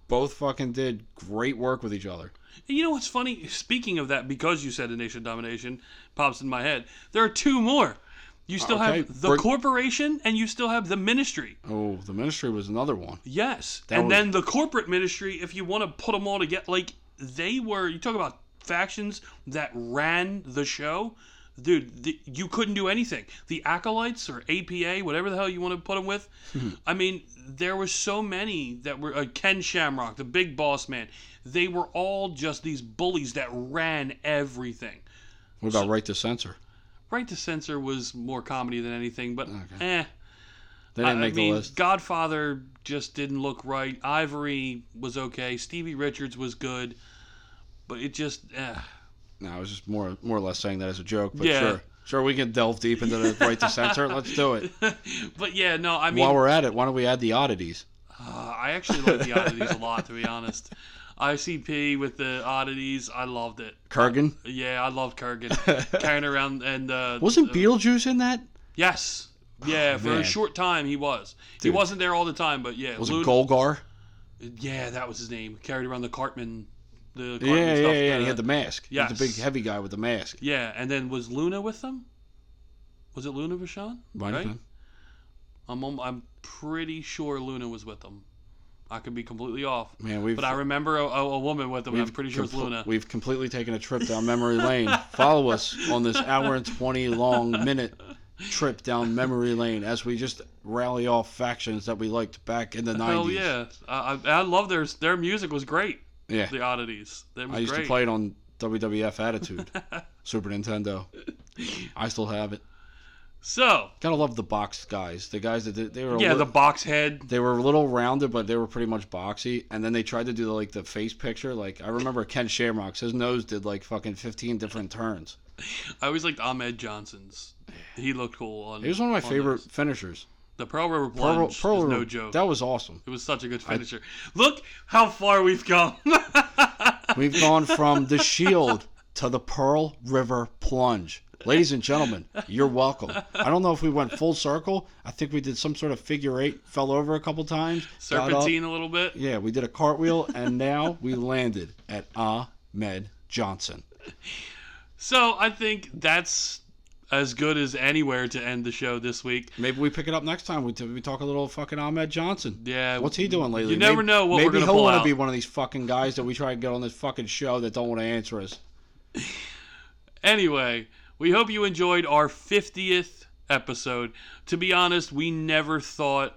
Speaker 8: both fucking did great work with each other.
Speaker 7: And you know what's funny? Speaking of that, because you said a nation of domination pops in my head, there are two more. You still
Speaker 8: Uh, Okay,
Speaker 7: have the
Speaker 8: bring-
Speaker 7: corporation and you still have the ministry.
Speaker 8: Oh, the Ministry was another one.
Speaker 7: Yes.
Speaker 8: That
Speaker 7: and
Speaker 8: was-
Speaker 7: then the corporate ministry, if you want to put them all together, like they were, you talk about factions that ran the show. Dude, the, you couldn't do anything. The acolytes or APA, whatever the hell you want to put them with.
Speaker 8: Hmm.
Speaker 7: I mean, there were so many that were uh, Ken Shamrock, the big boss man. They were all just these bullies that ran everything.
Speaker 8: What about Right to Censor?
Speaker 7: Right to Censor was more comedy than anything, but eh.
Speaker 8: They didn't
Speaker 7: I-
Speaker 8: make
Speaker 7: I mean,
Speaker 8: the list.
Speaker 7: Godfather just didn't look right. Ivory was okay. Stevie Richards was good, but it just eh.
Speaker 8: No, I was just more more or less saying that as a joke, but
Speaker 7: Yeah.
Speaker 8: sure. Sure, we can delve deep into the right to censor. Let's do
Speaker 7: *laughs*
Speaker 8: it.
Speaker 7: but yeah, no. I mean,
Speaker 8: While we're at it, why don't we add the oddities?
Speaker 7: uh, I actually like the oddities a lot, to be honest. ICP with the oddities, I loved it.
Speaker 8: Kurgan?
Speaker 7: Yeah, I loved
Speaker 8: *laughs*
Speaker 7: Kurgan carrying around and uh,
Speaker 8: Wasn't
Speaker 7: uh,
Speaker 8: Beetlejuice in that?
Speaker 7: yes, yeah. for a
Speaker 8: man.
Speaker 7: short time, he was. He
Speaker 8: Dude.
Speaker 7: wasn't there all the time, but yeah,
Speaker 8: Was it
Speaker 7: Lud-
Speaker 8: Golgar?
Speaker 7: Yeah, that was his name. Carried around the Cartman, the Cartman
Speaker 8: Yeah, yeah,
Speaker 7: stuff.
Speaker 8: yeah, yeah. And
Speaker 7: uh,
Speaker 8: he had the mask. Yeah, He was the big
Speaker 7: yes.
Speaker 8: heavy guy with the mask.
Speaker 7: Yeah, and then was Luna with them? Was it Luna Vachon?
Speaker 8: Might have
Speaker 7: Right?
Speaker 8: been.
Speaker 7: I'm alm- I'm pretty sure Luna was with them. I could be completely off.
Speaker 8: Man, we've-
Speaker 7: but I remember a, a, a woman with them. and I'm
Speaker 8: We've
Speaker 7: pretty sure it's
Speaker 8: compl-
Speaker 7: Luna.
Speaker 8: We've completely taken a trip down memory lane. Follow us on this hour and 20 long minute trip down memory lane as we just rally off factions that we liked back in the 90s.
Speaker 7: Hell yeah! I, I, I love their their music was great.
Speaker 8: Yeah.
Speaker 7: The oddities. That was
Speaker 8: I used
Speaker 7: great.
Speaker 8: to play it on
Speaker 7: *laughs*
Speaker 8: WWF Attitude, Super Nintendo. I still have it.
Speaker 7: So
Speaker 8: Gotta love the boxed guys. The guys that did, they were a
Speaker 7: yeah,
Speaker 8: li-
Speaker 7: the box head.
Speaker 8: they were a little rounded, but they were pretty much boxy. And then they tried to do the, like the face picture. Like I remember Ken Shamrock's his nose did like fucking fifteen different turns.
Speaker 7: I always liked Ahmed Johnson's. He looked cool on.
Speaker 8: He was one of my
Speaker 7: on
Speaker 8: favorite
Speaker 7: those.
Speaker 8: finishers.
Speaker 7: The Pearl River
Speaker 8: Pearl-
Speaker 7: Plunge
Speaker 8: Pearl-
Speaker 7: is no joke.
Speaker 8: That was awesome.
Speaker 7: it was such a good finisher. Look how far we've come. *laughs*
Speaker 8: We've gone from the Shield to the Pearl River Plunge. Ladies and gentlemen, you're welcome. I don't know if we went full circle. I think we did some sort of figure eight, fell over a couple times. got up.
Speaker 7: Serpentine a little bit.
Speaker 8: Yeah, we did a cartwheel, and now we landed at Ahmed Johnson.
Speaker 7: So I think that's as good as anywhere to end the show this week.
Speaker 8: Maybe we pick it up next time. We, we talk a little fucking Ahmed Johnson.
Speaker 7: Yeah.
Speaker 8: What's he doing lately?
Speaker 7: You never
Speaker 8: Maybe-
Speaker 7: know what
Speaker 8: maybe
Speaker 7: we're gonna
Speaker 8: he'll
Speaker 7: pull
Speaker 8: wanna
Speaker 7: out.
Speaker 8: be one of these fucking guys that we try to get on this fucking show that don't want to answer us.
Speaker 7: Anyway, we hope you enjoyed our 50th episode. To be honest, we never thought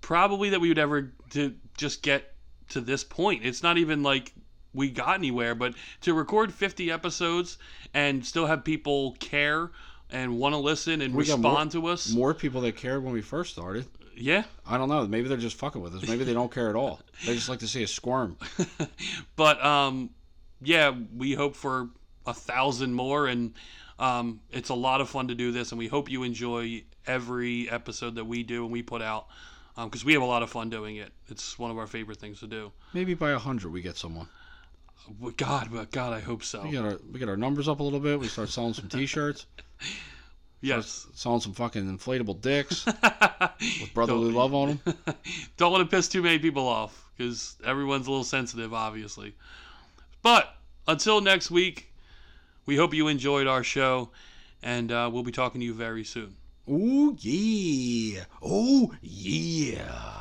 Speaker 7: probably that we would ever to just get to this point. It's not even like we got anywhere, but to record 50 episodes and still have people care and want to listen and
Speaker 8: We got more-
Speaker 7: respond to us.
Speaker 8: More people that cared when we first started.
Speaker 7: yeah.
Speaker 8: I don't know. Maybe they're just fucking with us. Maybe they don't care at all. They just like to see us squirm.
Speaker 7: but um yeah we hope for a thousand more and um it's a lot of fun to do this and we hope you enjoy every episode that we do and we put out because we have a lot of fun doing it it's one of our favorite things to do
Speaker 8: Maybe by a hundred we get someone.
Speaker 7: But god but god i hope so
Speaker 8: We get our we get our numbers up a little bit. We start selling some T-shirts,
Speaker 7: yes
Speaker 8: selling some fucking inflatable dicks with brotherly love on them.
Speaker 7: don't want to piss too many people off because everyone's a little sensitive obviously but until next week we hope you enjoyed our show and uh, we'll be talking to you very soon
Speaker 8: Ooh yeah. Oh yeah.